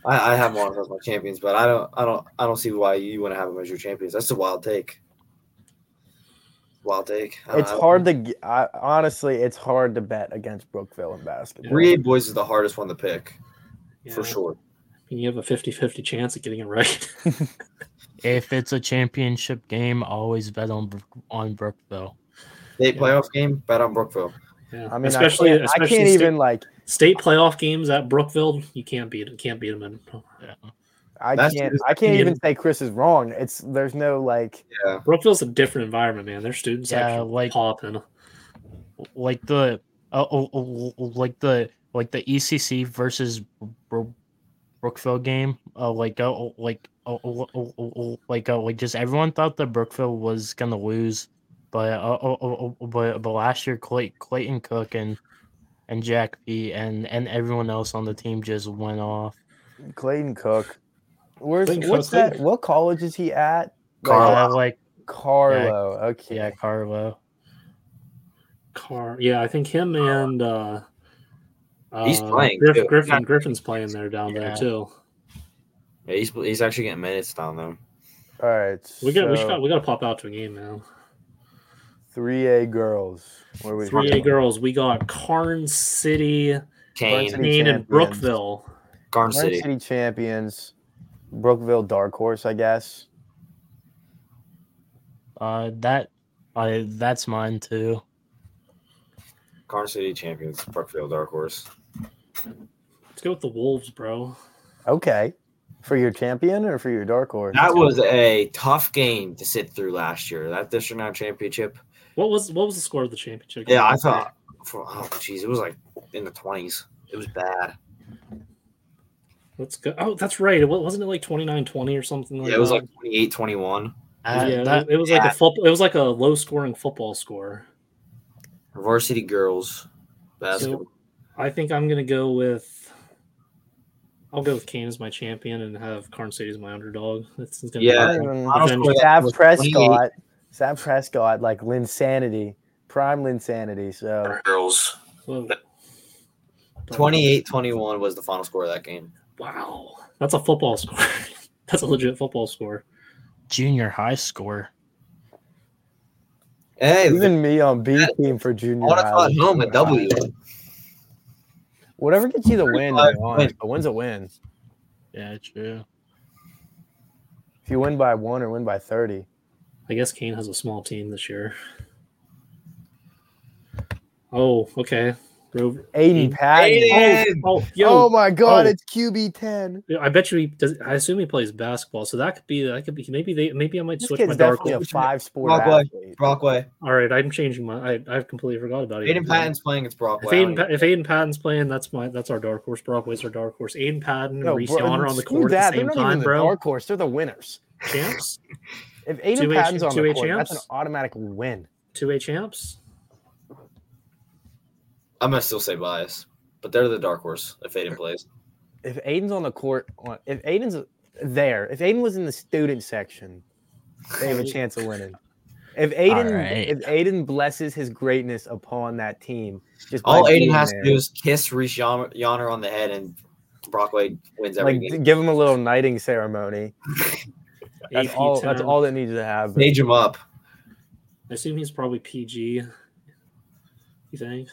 Speaker 2: I, I have Monmouth as my champions, but I don't I don't I don't see why you want to have them as your champions. That's a wild take. Wild take. I don't
Speaker 4: it's
Speaker 2: know.
Speaker 4: hard to. g- I, honestly, it's hard to bet against Brookville in basketball.
Speaker 2: Three A boys is the hardest one to pick
Speaker 1: Yeah.
Speaker 2: for sure.
Speaker 1: I mean, you have a 50-50 chance of getting it right. <laughs>
Speaker 3: If it's a championship game, always bet on Brook- on Brookville.
Speaker 2: State
Speaker 1: Yeah.
Speaker 2: playoff game, bet on Brookville.
Speaker 1: Yeah.
Speaker 4: I mean,
Speaker 1: especially
Speaker 4: I can't,
Speaker 1: especially
Speaker 4: I can't
Speaker 1: state,
Speaker 4: even like.
Speaker 1: state playoff games at Brookville, you can't beat can't beat them in.
Speaker 4: I
Speaker 2: That's
Speaker 4: can't.
Speaker 2: just-
Speaker 4: I can't
Speaker 1: you
Speaker 4: even
Speaker 1: didn't-
Speaker 4: say Chris is wrong. It's there's no like.
Speaker 2: Yeah.
Speaker 1: Brookville's a different environment, man. Their students
Speaker 3: Yeah,
Speaker 1: actually
Speaker 3: like-
Speaker 1: popping.
Speaker 3: Like the uh, oh, oh, oh, like the like the ECC versus Bro- Brookville game. Uh, like uh, oh, like oh, oh, oh, oh, oh, like uh, like just everyone thought that Brookville was gonna lose, but uh, oh, oh, oh, but but last year Clay, Clayton Cook and and Jack P and and everyone else on the team just went off.
Speaker 4: Clayton Cook. Where's
Speaker 1: Clayton
Speaker 4: what's
Speaker 1: Cook,
Speaker 4: that?
Speaker 1: Clayton-
Speaker 4: What college is he at?
Speaker 2: Carlisle.
Speaker 3: Uh, like
Speaker 4: Carlo. okay.
Speaker 3: yeah, Carlo.
Speaker 1: Car, yeah, I think him and uh,
Speaker 2: He's
Speaker 1: uh,
Speaker 2: playing,
Speaker 1: Griff-
Speaker 2: too.
Speaker 1: Griffin, Griffin's playing there down
Speaker 3: Yeah.
Speaker 1: there too.
Speaker 2: Yeah, he's, he's actually getting minutes down there.
Speaker 4: All right.
Speaker 1: We got we
Speaker 4: so
Speaker 1: got we got to pop out to a game now.
Speaker 4: 3A girls. Where we
Speaker 1: Three A girls. We got Carn City,
Speaker 4: Carn
Speaker 2: Kane,
Speaker 4: City
Speaker 1: Kane, and
Speaker 4: champions.
Speaker 1: Brookville.
Speaker 2: Garn
Speaker 4: Garden
Speaker 2: City.
Speaker 4: City champions. Brookville Dark Horse, I guess.
Speaker 3: Uh, that, I that's mine too.
Speaker 2: Carn City champions, Brookfield Dark Horse.
Speaker 1: Let's go with the Wolves, bro.
Speaker 4: Okay. For your champion or for your dark horse?
Speaker 2: That was a tough game to sit through last year. That District 9 championship.
Speaker 1: What was what was the score of the championship?
Speaker 2: Yeah, I thought, for, oh, jeez, it was like in the 20s. It was bad.
Speaker 1: Let's go. Oh, that's right. It wa- wasn't it like 29-20 or something. Like
Speaker 2: Yeah, it was
Speaker 1: that?
Speaker 2: like 28 21.
Speaker 3: Uh,
Speaker 1: yeah,
Speaker 3: that-
Speaker 1: it was like a football. It was like a low scoring football score.
Speaker 2: Varsity girls basketball.
Speaker 1: I think I'm gonna go with. I'll go with Kane as my champion and have Carn City as my underdog. That's gonna be-
Speaker 2: Yeah.
Speaker 4: I don't even-
Speaker 2: Final
Speaker 1: Then
Speaker 2: score that
Speaker 4: Sam
Speaker 2: was
Speaker 4: Prescott. Sam Prescott, like Linsanity, prime Linsanity. So
Speaker 2: 28 Girls.
Speaker 1: Whoa.
Speaker 2: 28 21 was the final score of that game.
Speaker 1: Wow, that's a football <laughs> score. that's a legit football score.
Speaker 3: junior high score.
Speaker 2: Hey,
Speaker 4: even me on B
Speaker 2: that-
Speaker 4: team for junior
Speaker 2: I would have
Speaker 4: high.
Speaker 2: thought
Speaker 4: was
Speaker 2: home a
Speaker 4: junior high.
Speaker 2: W.
Speaker 4: Whatever gets you the win, to be
Speaker 2: 35
Speaker 4: honest, but wins a win.
Speaker 3: Yeah, true.
Speaker 4: If you win by one or win by thirty,
Speaker 1: I guess Kane has a small team this year. Oh, okay. Rover.
Speaker 4: Aiden Patton.
Speaker 2: Aiden!
Speaker 1: Oh,
Speaker 4: Oh
Speaker 1: yo,
Speaker 4: my God,
Speaker 1: Oh.
Speaker 4: it's QB ten.
Speaker 1: I bet you he does. I assume he plays basketball, so that could be that could be maybe they maybe I might
Speaker 4: This
Speaker 1: switch my
Speaker 4: kid's
Speaker 1: dark.
Speaker 4: definitely a
Speaker 2: horse.
Speaker 4: five sport
Speaker 2: Rockwell.
Speaker 4: athlete.
Speaker 2: Brockway.
Speaker 1: All right, I'm changing my. I I've completely forgot about it.
Speaker 2: Aiden Patton's playing. It's
Speaker 1: If
Speaker 2: Brockway. I don't
Speaker 1: Aiden,
Speaker 2: even-
Speaker 1: Pa- if Aiden Patton's playing, that's my that's our dark horse. Broadway's our dark horse. Aiden Patton
Speaker 4: No,
Speaker 1: and Reese
Speaker 4: bro,
Speaker 1: Honor on the
Speaker 4: screw
Speaker 1: court
Speaker 4: that.
Speaker 1: at the same
Speaker 4: They're not even
Speaker 1: time,
Speaker 4: the
Speaker 1: bro.
Speaker 4: dark horse. They're the winners.
Speaker 1: Champs,
Speaker 4: If Aiden
Speaker 1: Two-way
Speaker 4: Patton's
Speaker 1: champ-
Speaker 4: on the
Speaker 1: two-way
Speaker 4: court, that's an
Speaker 1: champs?
Speaker 4: automatic win.
Speaker 1: two A champs.
Speaker 2: I'm gonna still say bias, but they're the dark horse if Aiden plays.
Speaker 4: If Aiden's on the court, on- if Aiden's there, if Aiden was in the student section, they have a chance of winning. If Aiden,
Speaker 3: right.
Speaker 4: if Aiden blesses his greatness upon that team, just by
Speaker 2: All Aiden
Speaker 4: being
Speaker 2: has
Speaker 4: there,
Speaker 2: to do is kiss Reese Yon- Yonner on the head, and Brockway wins every
Speaker 4: like
Speaker 2: game.
Speaker 4: give him a little knighting ceremony. That's
Speaker 1: AP
Speaker 4: all. That's
Speaker 1: 10.
Speaker 4: all that needs to happen.
Speaker 2: Stage him up.
Speaker 1: I assume he's probably PG. You think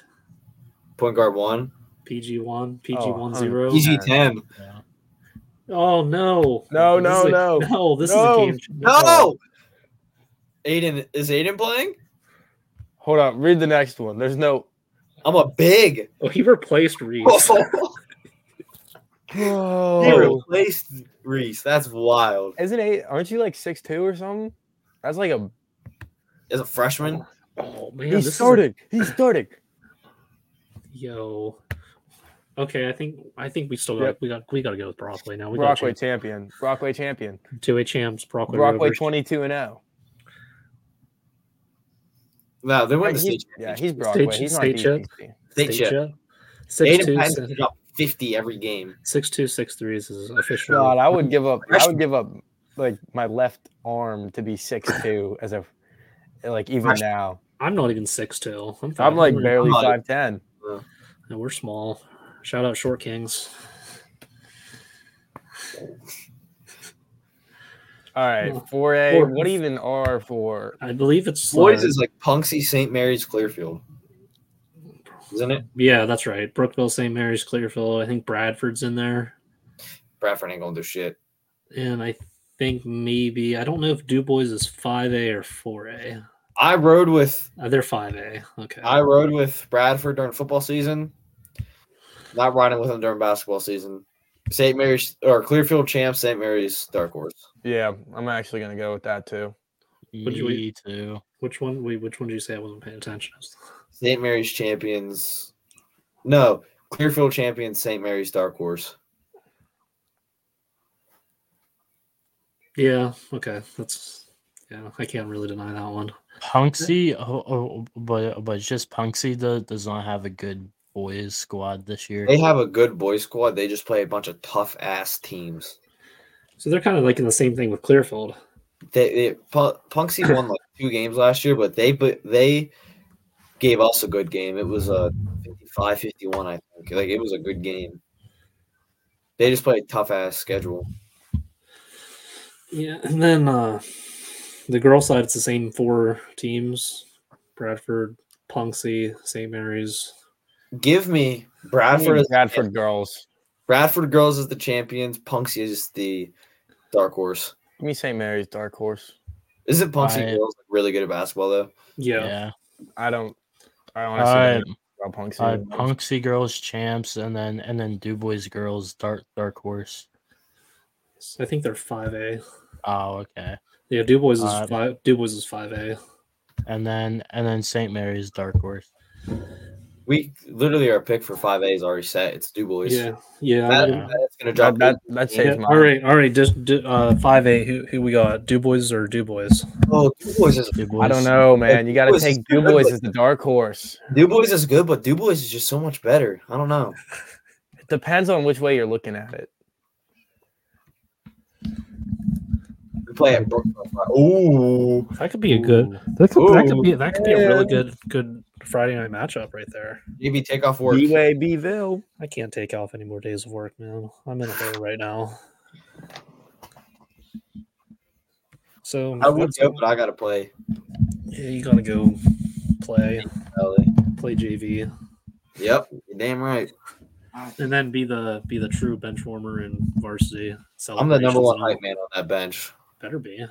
Speaker 2: Point guard one,
Speaker 1: PG one, PG
Speaker 4: Oh,
Speaker 1: one
Speaker 4: huh.
Speaker 1: zero?
Speaker 2: PG ten.
Speaker 3: Yeah.
Speaker 1: Oh no!
Speaker 4: No,
Speaker 1: This
Speaker 4: no,
Speaker 1: is a-
Speaker 4: no.
Speaker 1: no! Oh, This
Speaker 4: No.
Speaker 1: is a game.
Speaker 2: No, Aiden is Aiden playing?
Speaker 4: Hold on, read the next one. There's no.
Speaker 2: I'm a
Speaker 1: <laughs>
Speaker 2: big.
Speaker 1: Oh, he replaced Reese.
Speaker 2: Oh, he
Speaker 4: Whoa.
Speaker 2: replaced Reese. That's wild.
Speaker 4: Isn't it? Aren't you like six two or something? That's like a.
Speaker 2: As a freshman,
Speaker 1: Oh man,
Speaker 4: he
Speaker 1: this is a-
Speaker 4: started. He started.
Speaker 1: yo. Okay, I think I think we still got
Speaker 4: Yep.
Speaker 1: we got we got to go with Brockway now. We
Speaker 4: Brockway
Speaker 1: got
Speaker 4: champion. Brockway champion.
Speaker 1: two A champs. Brockway.
Speaker 4: Brockway
Speaker 1: Rovers.
Speaker 4: twenty two and oh. zero.
Speaker 2: no, they went to
Speaker 4: He's-
Speaker 2: state
Speaker 4: Yeah,
Speaker 2: championship.
Speaker 4: he's Brockway.
Speaker 1: State-
Speaker 4: he's not
Speaker 1: state
Speaker 4: DCC.
Speaker 2: State
Speaker 1: State
Speaker 2: champ.
Speaker 1: Jet. Six
Speaker 2: Aiden
Speaker 1: two,
Speaker 2: Patton's
Speaker 1: six-
Speaker 2: dropped fifty every game.
Speaker 1: six two, six three is his official.
Speaker 4: God, I would give up. I
Speaker 2: Freshman.
Speaker 4: would give up like my left arm to be six two as a like even
Speaker 2: Freshman.
Speaker 4: now.
Speaker 1: I'm not even six two. I'm,
Speaker 4: I'm like barely
Speaker 2: I'm not-
Speaker 4: five ten.
Speaker 1: No, we're small. Shout out Short Kings.
Speaker 4: All right, four A. What even are for?
Speaker 1: I believe it's
Speaker 2: Boys
Speaker 1: uh,
Speaker 2: is like Punksy St. Mary's Clearfield, isn't it?
Speaker 1: yeah, that's right. Brookville, St. Mary's, Clearfield. I think Bradford's in there,
Speaker 2: Bradford ain't gonna do shit.
Speaker 1: and I think maybe I don't know if Du Bois is five A or four A.
Speaker 2: I rode with
Speaker 1: Uh, they're five A. Okay.
Speaker 2: I rode with Bradford during football season. Not riding with them during basketball season. St. Mary's or Clearfield champ, St. Mary's Dark Horse.
Speaker 4: Yeah, I'm actually gonna go with that too.
Speaker 1: Would you-
Speaker 3: Me too.
Speaker 1: which one? Wait, which one did you say I wasn't paying attention?
Speaker 2: St. Mary's champions. No, Clearfield champions, St. Mary's Dark Horse.
Speaker 1: Yeah. Okay. That's yeah. I can't really deny that one.
Speaker 3: Punksy, oh, oh, but but just Punksy do- does not have a good boys squad this year.
Speaker 2: They have a good boy squad. They just play a bunch of tough ass teams.
Speaker 1: So they're kind of like in the same thing with Clearfield.
Speaker 2: They, they Pu- Punksy won
Speaker 4: <laughs>
Speaker 2: like two games last year, but they but they gave us a good game. It was a 55-51, I think. Like it was a good game. They just play a tough ass schedule.
Speaker 1: Yeah, and then uh the girl side, it's the same four teams: Bradford, Punksy, St. Mary's.
Speaker 2: Give me Bradford.
Speaker 4: Bradford,
Speaker 2: As,
Speaker 4: girls.
Speaker 2: Bradford girls as the champions. Punksy is the dark horse.
Speaker 4: Give me St. Mary's dark horse.
Speaker 2: Isn't Punxsutawney
Speaker 3: I-
Speaker 2: Mills really good at basketball though?
Speaker 1: Yeah.
Speaker 3: yeah.
Speaker 4: I don't. I honestly
Speaker 3: Uh,
Speaker 4: don't know about Punk's
Speaker 3: uh,
Speaker 4: anymore.
Speaker 3: Punksy girls champs, and then and then Dubois girls dark dark horse.
Speaker 1: I think they're five A.
Speaker 3: Oh, okay.
Speaker 1: Yeah, Dubois is
Speaker 3: Uh,
Speaker 1: five. Dubois is five A.
Speaker 3: And then and then St. Mary's dark horse.
Speaker 2: We literally our pick for five A is already set. It's Dubois.
Speaker 1: Yeah, yeah.
Speaker 2: That,
Speaker 3: yeah.
Speaker 2: That's gonna drop.
Speaker 4: That, that, that
Speaker 1: yeah.
Speaker 4: saves
Speaker 1: all
Speaker 4: mine.
Speaker 1: right, all right. Just do- uh, five A. Who who we got? Dubois or Dubois?
Speaker 2: Oh, Dubois is
Speaker 3: Dubois.
Speaker 4: I don't know, man. You got to
Speaker 2: Dubois is
Speaker 4: take
Speaker 2: good,
Speaker 4: Dubois
Speaker 2: but-
Speaker 4: as the dark horse.
Speaker 2: Dubois is good, but Dubois is just so much better. I don't know.
Speaker 4: It depends on which way you're looking at it.
Speaker 2: We play at Brooklyn. Ooh,
Speaker 1: That could be a good.
Speaker 3: Ooh.
Speaker 1: That could, that could
Speaker 2: Ooh.
Speaker 1: be that could be a really good good Friday night matchup right there.
Speaker 2: maybe take off work.
Speaker 4: BYBville.
Speaker 1: I can't take off any more days of work, man. I'm in a hole right now. So
Speaker 2: I would
Speaker 1: that's-
Speaker 2: go, but I gotta play.
Speaker 1: Yeah, you gotta go play
Speaker 2: Ellie.
Speaker 1: play JV
Speaker 2: Yep, you're damn right.
Speaker 1: and then be the be the true bench warmer in varsity.
Speaker 2: I'm the number
Speaker 1: celebrations
Speaker 2: one
Speaker 1: and all.
Speaker 2: hype man on that bench.
Speaker 1: Better be.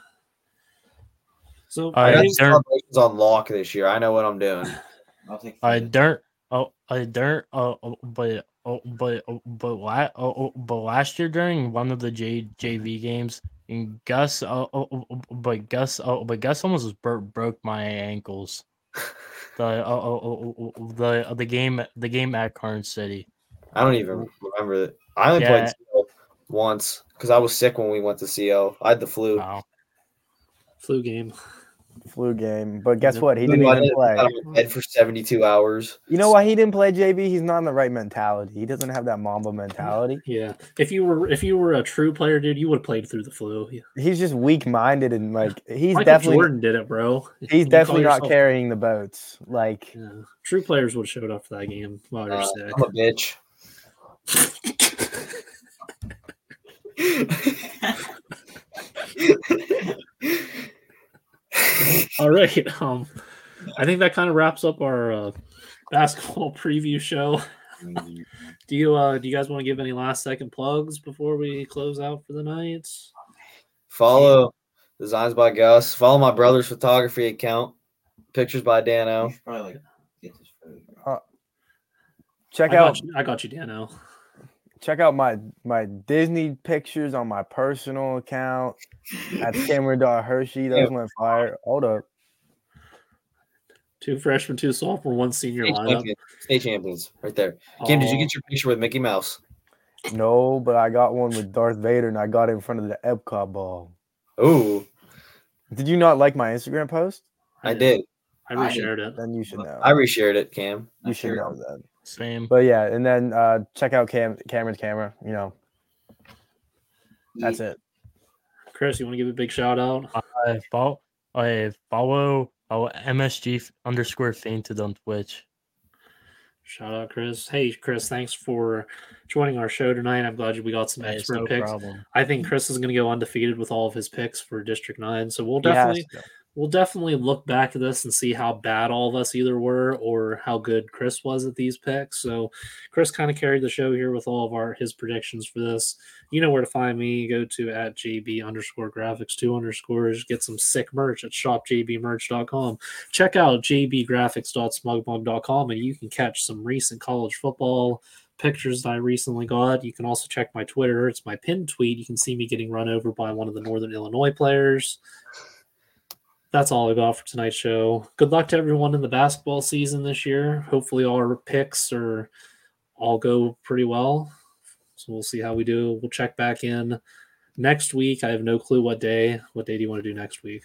Speaker 1: So
Speaker 3: I
Speaker 2: I got
Speaker 3: think-
Speaker 2: celebrations on lock this year. I know what I'm doing.
Speaker 5: I'll take.
Speaker 3: I
Speaker 5: Phoenix.
Speaker 3: don't. Oh, I don't. Oh, oh, but oh, but oh, but la- oh, oh, but last year during one of the J, JV games, and Gus. Oh, oh, oh, oh, but Gus. Oh, but Gus almost bro- broke my ankles. The oh, oh, oh, oh, the the game the game at Carn City.
Speaker 2: I don't even remember that. I only
Speaker 3: Yeah.
Speaker 2: played CL once because I was sick when we went to CL. I had the flu.
Speaker 3: Wow.
Speaker 1: flu game.
Speaker 4: Flu game. But guess what? He
Speaker 2: Flu,
Speaker 4: didn't
Speaker 2: I
Speaker 4: even
Speaker 2: I
Speaker 4: play.
Speaker 2: was in bed for 72 hours.
Speaker 4: You know why he didn't play JV? He's not in the right mentality. He doesn't have that Mamba mentality.
Speaker 1: Yeah. If you were if you were a true player, dude, you would have played through the flu. Yeah.
Speaker 4: He's just weak minded and like he's
Speaker 1: Michael
Speaker 4: definitely
Speaker 1: Jordan did it,
Speaker 2: <laughs>
Speaker 1: bro. You
Speaker 4: he's
Speaker 1: call
Speaker 4: definitely not
Speaker 1: yourself-
Speaker 4: carrying the boats. Like
Speaker 1: Yeah. True players would have showed up for that game while you're
Speaker 2: Uh,
Speaker 1: sick.
Speaker 2: I'm a bitch.
Speaker 1: All right. <laughs> Um, I think that kind of wraps up our uh, basketball <laughs> preview show. Do you uh, do you guys want to give any last second plugs before we close out for the night?
Speaker 2: Follow Designs by Gus. Follow my brother's photography account. Pictures by
Speaker 5: You
Speaker 2: Dano.
Speaker 5: should probably like get this food. bro.
Speaker 1: I
Speaker 4: check out
Speaker 1: got you, I got you, Dano.
Speaker 4: check out my my Disney pictures on my personal account
Speaker 1: <laughs>
Speaker 4: at Cameron Dot Hershey. Those went fire. Hold up.
Speaker 1: Two freshmen, two sophomore, one senior
Speaker 2: State
Speaker 1: lineup.
Speaker 2: champions. State champions. Right there. Kim, did you
Speaker 5: Oh.
Speaker 2: get your picture with Mickey Mouse?
Speaker 4: No, but I got one with Darth Vader and I got it in front of the Epcot ball.
Speaker 2: Ooh,
Speaker 4: Did you not like my Instagram post?
Speaker 2: I did.
Speaker 1: Oh, I reshared it.
Speaker 4: Then you should know.
Speaker 2: I reshared it, Cam.
Speaker 4: you should
Speaker 5: sure.
Speaker 4: know that.
Speaker 3: Same.
Speaker 4: But yeah, and then uh check out Cam Cameron's camera. You know, that's it.
Speaker 1: Chris, you want to give a big shout out?
Speaker 3: I follow. I follow. Oh, MSG f- underscore fainted on Twitch.
Speaker 1: Shout out, Chris. Hey, Chris, thanks for joining our show tonight. I'm glad we got some
Speaker 3: Hey, it's
Speaker 1: expert
Speaker 3: no
Speaker 1: picks.
Speaker 3: problem.
Speaker 1: I think Chris is going to go undefeated with all of his picks for District Nine. So we'll
Speaker 4: He has
Speaker 1: definitely
Speaker 4: to.
Speaker 1: we'll definitely look back at this and see how bad all of us either were or how good Chris was at these picks. So Chris kind of carried the show here with all of our his predictions for this. You know where to find me. Go to at JB underscore graphics two underscores. Get some sick merch at shopjbmerch.com. Check out jbgraphics.smugmug.com and you can catch some recent college football pictures that I recently got. You can also check my Twitter. It's my pinned tweet. You can see me getting run over by one of the Northern Illinois players that's all I got for tonight's show. Good luck to everyone in the basketball season this year. Hopefully, our picks are all go pretty well. So we'll see how we do. We'll check back in next week. I have no clue what day. What day do you want to do next week?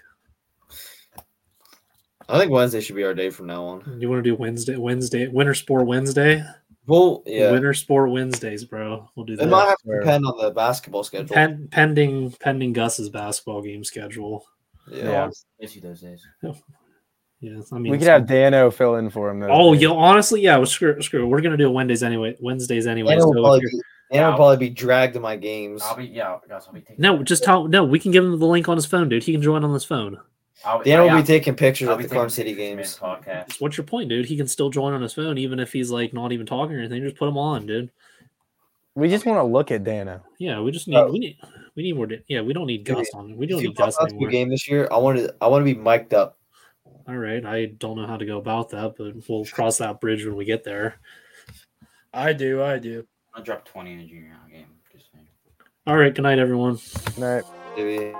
Speaker 2: I think Wednesday should be our day from now on.
Speaker 1: You want to do Wednesday? Wednesday? Winter Sport Wednesday?
Speaker 2: Well, yeah.
Speaker 1: Winter Sport Wednesdays, bro. We'll do
Speaker 2: It might
Speaker 1: that.
Speaker 2: have to depend on the basketball schedule.
Speaker 1: Pen, pending pending Gus's basketball game schedule.
Speaker 4: Yeah.
Speaker 2: yeah.
Speaker 5: Miss you those days.
Speaker 1: Yeah, I mean
Speaker 4: We could have Dano fill in for him. though.
Speaker 1: Oh, you honestly, yeah. Well, screw, screw. it. We're gonna do it Wednesdays anyway. Wednesdays anyway.
Speaker 2: And
Speaker 1: so
Speaker 2: it'll
Speaker 1: if
Speaker 2: probably,
Speaker 1: you're-
Speaker 2: be, and it'll probably be dragged to my games.
Speaker 5: I'll be yeah. Guys, I'll be taking.
Speaker 1: No, just tell. No, we can give him the link on his phone, dude. He can join on his phone.
Speaker 5: I'll be,
Speaker 2: Dan will
Speaker 5: yeah,
Speaker 2: be taking pictures
Speaker 5: I'll
Speaker 2: of
Speaker 5: be
Speaker 2: the
Speaker 5: taking
Speaker 2: Carm City
Speaker 5: pictures,
Speaker 2: games.
Speaker 5: man, Podcast.
Speaker 1: What's your point, dude? He can still join on his phone, even if he's like not even talking or anything. Just put him on, dude.
Speaker 4: we just want to look at Dano.
Speaker 1: Yeah, we just need we need We need more. da- Yeah, we don't need
Speaker 2: Dude,
Speaker 1: Gus on. We don't
Speaker 2: Oh. If you
Speaker 1: need
Speaker 2: pop
Speaker 1: Gus
Speaker 2: out to a
Speaker 1: anymore.
Speaker 2: game this year, I want to. I want to be mic'd up.
Speaker 1: All right, I don't know how to go about that, but we'll cross that bridge when we get there.
Speaker 3: I do, I do.
Speaker 5: I dropped 20 in a junior high game. Just saying.
Speaker 1: All right, good night, everyone.
Speaker 4: All right.
Speaker 2: Maybe.